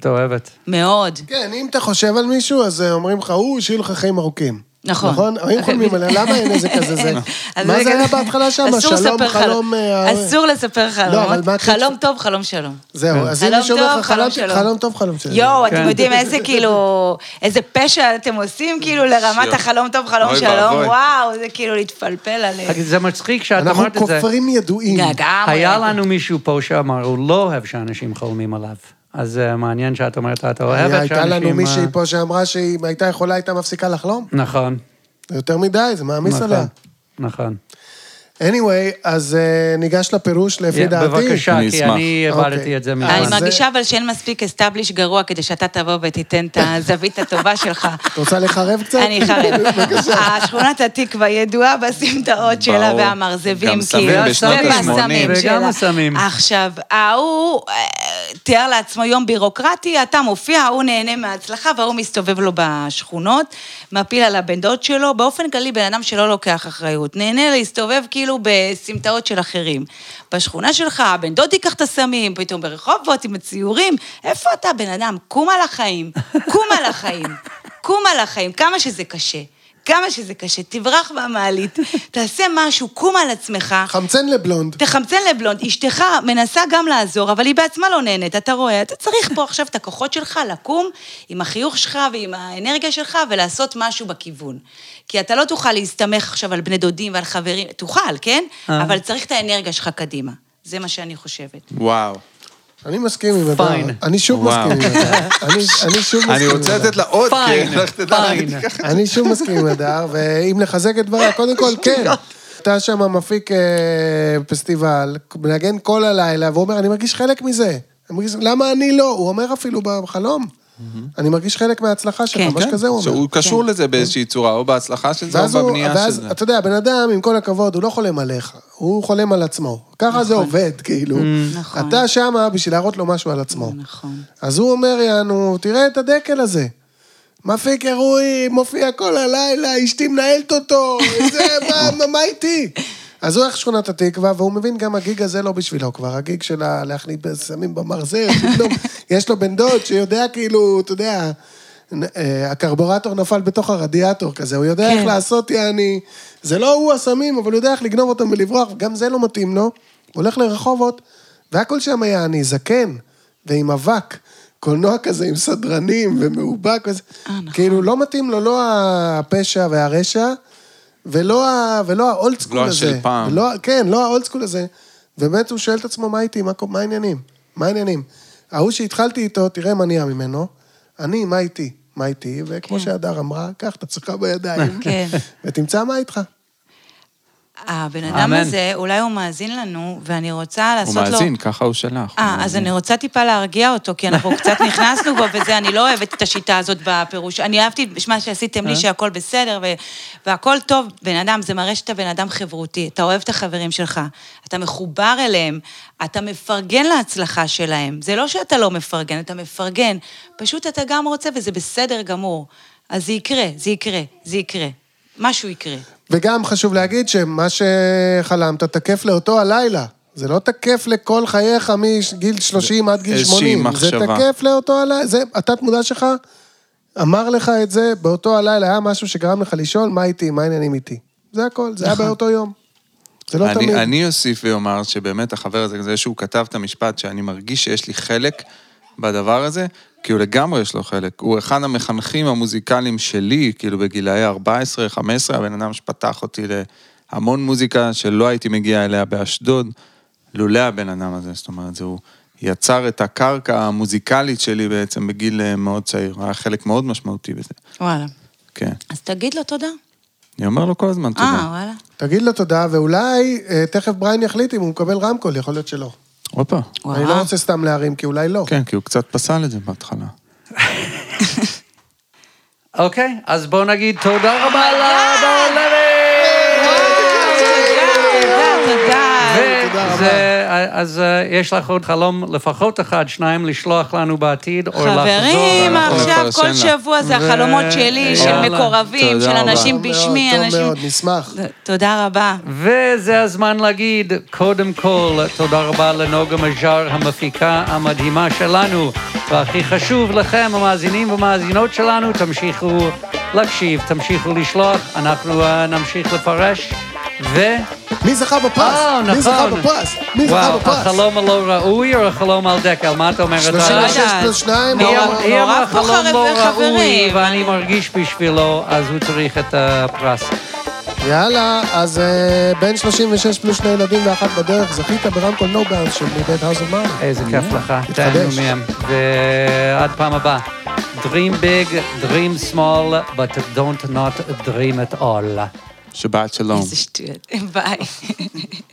Speaker 2: את אוהבת.
Speaker 6: מאוד.
Speaker 1: כן, אם אתה חושב על מישהו, אז אה, אומרים לך, הוא, שיהיו לך חיים ארוכים.
Speaker 6: נכון.
Speaker 1: נכון? אם חולמים עליה, למה אין איזה כזה זה?
Speaker 6: (laughs) אז
Speaker 1: מה
Speaker 6: רגע,
Speaker 1: זה היה בהתחלה שם?
Speaker 6: אסור
Speaker 1: שלום,
Speaker 6: לספר חל-
Speaker 1: חלום... אה, לא,
Speaker 6: אסור לספר
Speaker 1: אבל מה
Speaker 6: חלומות.
Speaker 1: את-
Speaker 6: חלום טוב, חלום שלום.
Speaker 1: זהו, אז אם
Speaker 6: חלום
Speaker 1: מישהו אומר
Speaker 6: טוב,
Speaker 1: לך,
Speaker 6: חלום
Speaker 1: "חלמתי-
Speaker 6: שלום".
Speaker 1: חלום טוב, חלום שלום.
Speaker 6: יואו,
Speaker 2: כן.
Speaker 6: אתם יודעים איזה כאילו, איזה פשע אתם עושים
Speaker 2: (laughs)
Speaker 6: כאילו לרמת
Speaker 3: שיו.
Speaker 6: החלום טוב, חלום
Speaker 3: אוי
Speaker 6: שלום,
Speaker 3: ואבוי.
Speaker 6: וואו, זה כאילו להתפלפל עליהם.
Speaker 2: זה מצחיק שאת
Speaker 1: אנחנו
Speaker 2: אמרת את זה.
Speaker 1: כופרים ידועים.
Speaker 6: לגמרי.
Speaker 2: היה לנו מישהו פה שאמר, הוא לא אוהב שאנשים חולמים עליו. אז זה מעניין שאת אומרת, את אוהבת
Speaker 1: היה-
Speaker 2: שאנשים...
Speaker 1: הייתה לנו
Speaker 2: אה,
Speaker 1: מישהי פה שאמרה שאם הייתה יכולה, הייתה מפסיקה לחלום.
Speaker 2: נכון.
Speaker 1: זה יותר מדי, זה מעמיס
Speaker 2: נכון.
Speaker 1: עליה.
Speaker 2: נכון.
Speaker 1: anyway, אז אה, ניגש לפירוש לפי דעתי.
Speaker 2: בבקשה,
Speaker 3: אני
Speaker 2: כי
Speaker 3: אשמח.
Speaker 2: אני
Speaker 1: אוקיי.
Speaker 2: הבנתי את אה, זה מזמן.
Speaker 6: אני
Speaker 1: אז-
Speaker 6: מרגישה אבל שאין מספיק אסטאבליש גרוע כדי שאתה תבוא ותיתן את הזווית הטובה שלך.
Speaker 1: את רוצה לחרב קצת?
Speaker 6: אני אחרב. השכונת התקווה ידועה בסמטאות שלה
Speaker 3: ברור.
Speaker 6: והמרזבים,
Speaker 3: גם סמים
Speaker 2: בשנות
Speaker 6: ובסמים
Speaker 2: ה-שמונים.
Speaker 6: שלה. אה,
Speaker 2: וגם הסמים.
Speaker 6: עכשיו, ההוא אה, תיאר לעצמו יום בירוקרטי, אתה מופיע, ההוא נהנה מההצלחה, וההוא מסתובב לו בשכונות, מפיל על הבן דוד שלו. באופן כללי, בן אדם שלא לוקח אחריות, נהנה להסתובב כאילו בסמטאות של אחרים. בשכונה שלך, הבן דוד ייקח את הסמים, פתאום ברחובות עם הציורים. איפה אתה, בן אדם? קום על החיים, קום על החיים. קום על החיים, כמה שזה קשה. כמה שזה קשה, תברח מהמעלית, תעשה משהו, קום על עצמך,
Speaker 1: (laughs) חמצן לבלונד.
Speaker 6: תחמצן לבלונד. אשתך מנסה גם לעזור, אבל היא בעצמה לא נהנית, אתה רואה? אתה צריך פה עכשיו את הכוחות שלך לקום עם החיוך שלך ועם האנרגיה שלך ולעשות משהו בכיוון. כי אתה לא תוכל להסתמך עכשיו על בני דודים ועל חברים, תוכל, כן?
Speaker 3: אה.
Speaker 6: אבל צריך את האנרגיה שלך קדימה. זה מה שאני חושבת.
Speaker 3: וואו.
Speaker 1: אני מסכים עם הדבר.
Speaker 2: Fine.
Speaker 1: אני שוב
Speaker 3: וואו.
Speaker 1: מסכים עם הדבר. אני אני שוב מסכים עם הדבר.
Speaker 3: אני רוצה לתת לה עוד,
Speaker 2: פיין,
Speaker 3: כן, לך תדע,
Speaker 2: פיין.
Speaker 3: ראיתי ככה.
Speaker 1: אני שוב מסכים עם הדר, ואם לחזק את דבריה, קודם כל, כן. אתה שם מפיק אה, פסטיבל, מנגן כל הלילה, והוא אומר, אני מרגיש חלק מזה. אני מרגיש, למה אני לא? הוא אומר אפילו בחלום. אני מרגיש חלק מההצלחה שלך,
Speaker 6: כן.
Speaker 1: משהו כזה הוא אומר.
Speaker 3: שהוא קשור
Speaker 6: כן.
Speaker 3: לזה באיזושהי צורה, או בהצלחה של זה, או
Speaker 1: ואז, הוא,
Speaker 3: בבנייה של
Speaker 1: ואז
Speaker 3: זה.
Speaker 1: אתה יודע, הבן אדם, עם כל הכבוד, הוא לא חולם עליך, הוא חולם על עצמו. ככה זה עובד, כאילו.
Speaker 6: נכון.
Speaker 1: אתה שמה בשביל להראות לו משהו על עצמו.
Speaker 6: נכון.
Speaker 1: אז הוא אומר, יענו, תראה את הדקל הזה. מפיק אירועים, מופיע כל הלילה, אשתי מנהלת אותו,
Speaker 6: (laughs)
Speaker 1: זה, מה, מה, מה איתי? אז הוא הולך לשכונת התקווה, והוא מבין גם הגיג הזה לא בשבילו כבר, הגיג של ה- להחליט סמים במרזב,
Speaker 6: (laughs)
Speaker 1: פתאום יש לו בן דוד שיודע כאילו, אתה יודע, נ- אה, הקרבורטור נפל בתוך הרדיאטור כזה, הוא יודע
Speaker 6: כן.
Speaker 1: איך לעשות, יעני, זה לא הוא הסמים, אבל הוא יודע איך לגנוב אותם ולברוח, וגם זה לא מתאים לו. הוא הולך לרחובות, והכל שם יעני, זקן, ועם אבק. קולנוע כזה עם סדרנים ומאובק וזה.
Speaker 6: אה, נכון.
Speaker 1: כאילו, לא מתאים לו לא הפשע והרשע, ולא, ה... ולא האולד סקול
Speaker 3: לא
Speaker 1: הזה.
Speaker 3: של פעם.
Speaker 1: ולא, כן, לא האולד סקול הזה. ובאמת הוא שואל את עצמו, מה איתי, מה, קו- מה העניינים? מה העניינים? ההוא שהתחלתי איתו, תראה מה נהיה ממנו. אני, מה איתי? מה איתי? וכמו
Speaker 6: כן.
Speaker 1: שהדר אמרה, קח את עצמך בידיים.
Speaker 6: כן.
Speaker 1: (laughs) ותמצא מה איתך.
Speaker 6: הבן אדם
Speaker 2: אמן.
Speaker 6: הזה, אולי הוא מאזין לנו, ואני רוצה
Speaker 3: הוא
Speaker 6: לעשות לו...
Speaker 3: מאזין, ככה הוא שלח.
Speaker 6: אה,
Speaker 3: הוא
Speaker 6: אז
Speaker 3: מאזין.
Speaker 6: אני רוצה טיפה להרגיע אותו,
Speaker 1: (laughs)
Speaker 6: כי אנחנו קצת נכנסנו בו וזה, אני לא אוהבת את השיטה הזאת בפירוש. אני אהבתי את מה שעשיתם
Speaker 1: אה?
Speaker 6: לי, שהכל בסדר ו- והכל טוב. בן אדם, זה מראה שאתה בן אדם חברותי, אתה אוהב את החברים שלך, אתה מחובר אליהם, אתה מפרגן להצלחה שלהם. זה לא שאתה לא מפרגן, אתה מפרגן. פשוט אתה גם רוצה, וזה בסדר גמור. אז זה יקרה, זה יקרה, זה יקרה. משהו יקרה.
Speaker 1: וגם חשוב להגיד שמה שחלמת תקף לאותו הלילה. זה לא תקף לכל חייך מגיל 30 עד גיל
Speaker 3: איזושהי
Speaker 1: 80. זה
Speaker 3: מחשבה.
Speaker 1: תקף לאותו הלילה. זה, התת-מודע שלך אמר לך את זה באותו הלילה. היה משהו שגרם לך לשאול מה איתי, מה העניינים איתי. זה הכל, זה היה באותו יום. זה לא
Speaker 3: נכון. אני,
Speaker 1: תמיד.
Speaker 3: אני אוסיף ואומר שבאמת החבר הזה, זה שהוא כתב את המשפט שאני מרגיש שיש לי חלק בדבר הזה, כי הוא לגמרי יש לו חלק. הוא אחד המחנכים המוזיקליים שלי, כאילו בגילאי 14-15, הבן אדם שפתח אותי להמון מוזיקה שלא הייתי מגיע אליה באשדוד, לולא הבן אדם הזה, זאת אומרת, זה הוא יצר את הקרקע המוזיקלית שלי בעצם בגיל אה, מאוד צעיר, היה חלק מאוד משמעותי בזה,
Speaker 6: וואלה.
Speaker 3: כן.
Speaker 6: אז תגיד לו תודה.
Speaker 3: אני אומר לו כל הזמן
Speaker 6: אה,
Speaker 3: תודה.
Speaker 6: וואלה.
Speaker 1: תגיד לו תודה, ואולי אה, תכף בריין יחליט אם הוא מקבל רמקול, יכול להיות שלא.
Speaker 3: הופה.
Speaker 1: אני
Speaker 6: אה,
Speaker 1: לא רוצה סתם להרים, כי אולי לא.
Speaker 3: כן, כי הוא קצת פסל את זה בהתחלה.
Speaker 2: אוקיי, אז בואו נגיד תודה רבה
Speaker 1: Oh
Speaker 2: לאבא הולדת!
Speaker 6: תודה, תודה.
Speaker 2: וזה, אז אה, יש לך עוד חלום, לפחות אחד, שניים, לשלוח לנו בעתיד, או לחזור.
Speaker 6: חברים,
Speaker 2: אנחנו-
Speaker 6: עכשיו
Speaker 3: נפרסן
Speaker 6: כל
Speaker 3: לה.
Speaker 6: שבוע זה
Speaker 2: ו-
Speaker 6: החלומות שלי, של
Speaker 2: יאללה.
Speaker 6: מקורבים,
Speaker 3: תודה
Speaker 6: של
Speaker 3: רבה.
Speaker 6: אנשים
Speaker 1: טוב
Speaker 6: בשמי,
Speaker 1: מאוד,
Speaker 6: אנשים...
Speaker 1: טוב מאוד, נשמח.
Speaker 6: תודה רבה.
Speaker 2: וזה הזמן להגיד, קודם כל, תודה רבה לנוגה מז'אר, המפיקה המדהימה שלנו, והכי חשוב לכם, המאזינים והמאזינות שלנו, תמשיכו להקשיב, תמשיכו לשלוח, אנחנו אה, נמשיך לפרש, ו...
Speaker 1: מי זכה בפרס?
Speaker 2: אה,
Speaker 1: מי זכה
Speaker 2: נכון.
Speaker 1: בפרס? מי זכה
Speaker 2: וואו,
Speaker 1: בפרס?
Speaker 2: החלום הלא ראוי או החלום על דקל? מה אתה אומר? אתה-
Speaker 1: 36
Speaker 6: לא יודעת.
Speaker 1: פלוס 2,
Speaker 2: היא אמ-
Speaker 6: נורא-
Speaker 2: היא אמרה
Speaker 6: נורא פה
Speaker 2: חלום
Speaker 6: חבר-
Speaker 2: לא ראוי,
Speaker 6: חברים.
Speaker 2: ואני מרגיש בשבילו, אז הוא צריך את הפרס.
Speaker 1: יאללה, אז אה, בן 36 פלוס שני ילדים ואחת בדרך, זכית ברמקול נובאונס של מבית האוזר מרני.
Speaker 2: איזה כיף לך,
Speaker 1: מתחדש.
Speaker 2: תהנו מהם. ועד פעם הבאה. Dream big, dream small, but don't not dream at all.
Speaker 3: שבת שלום.
Speaker 6: איזה שטויות. ביי.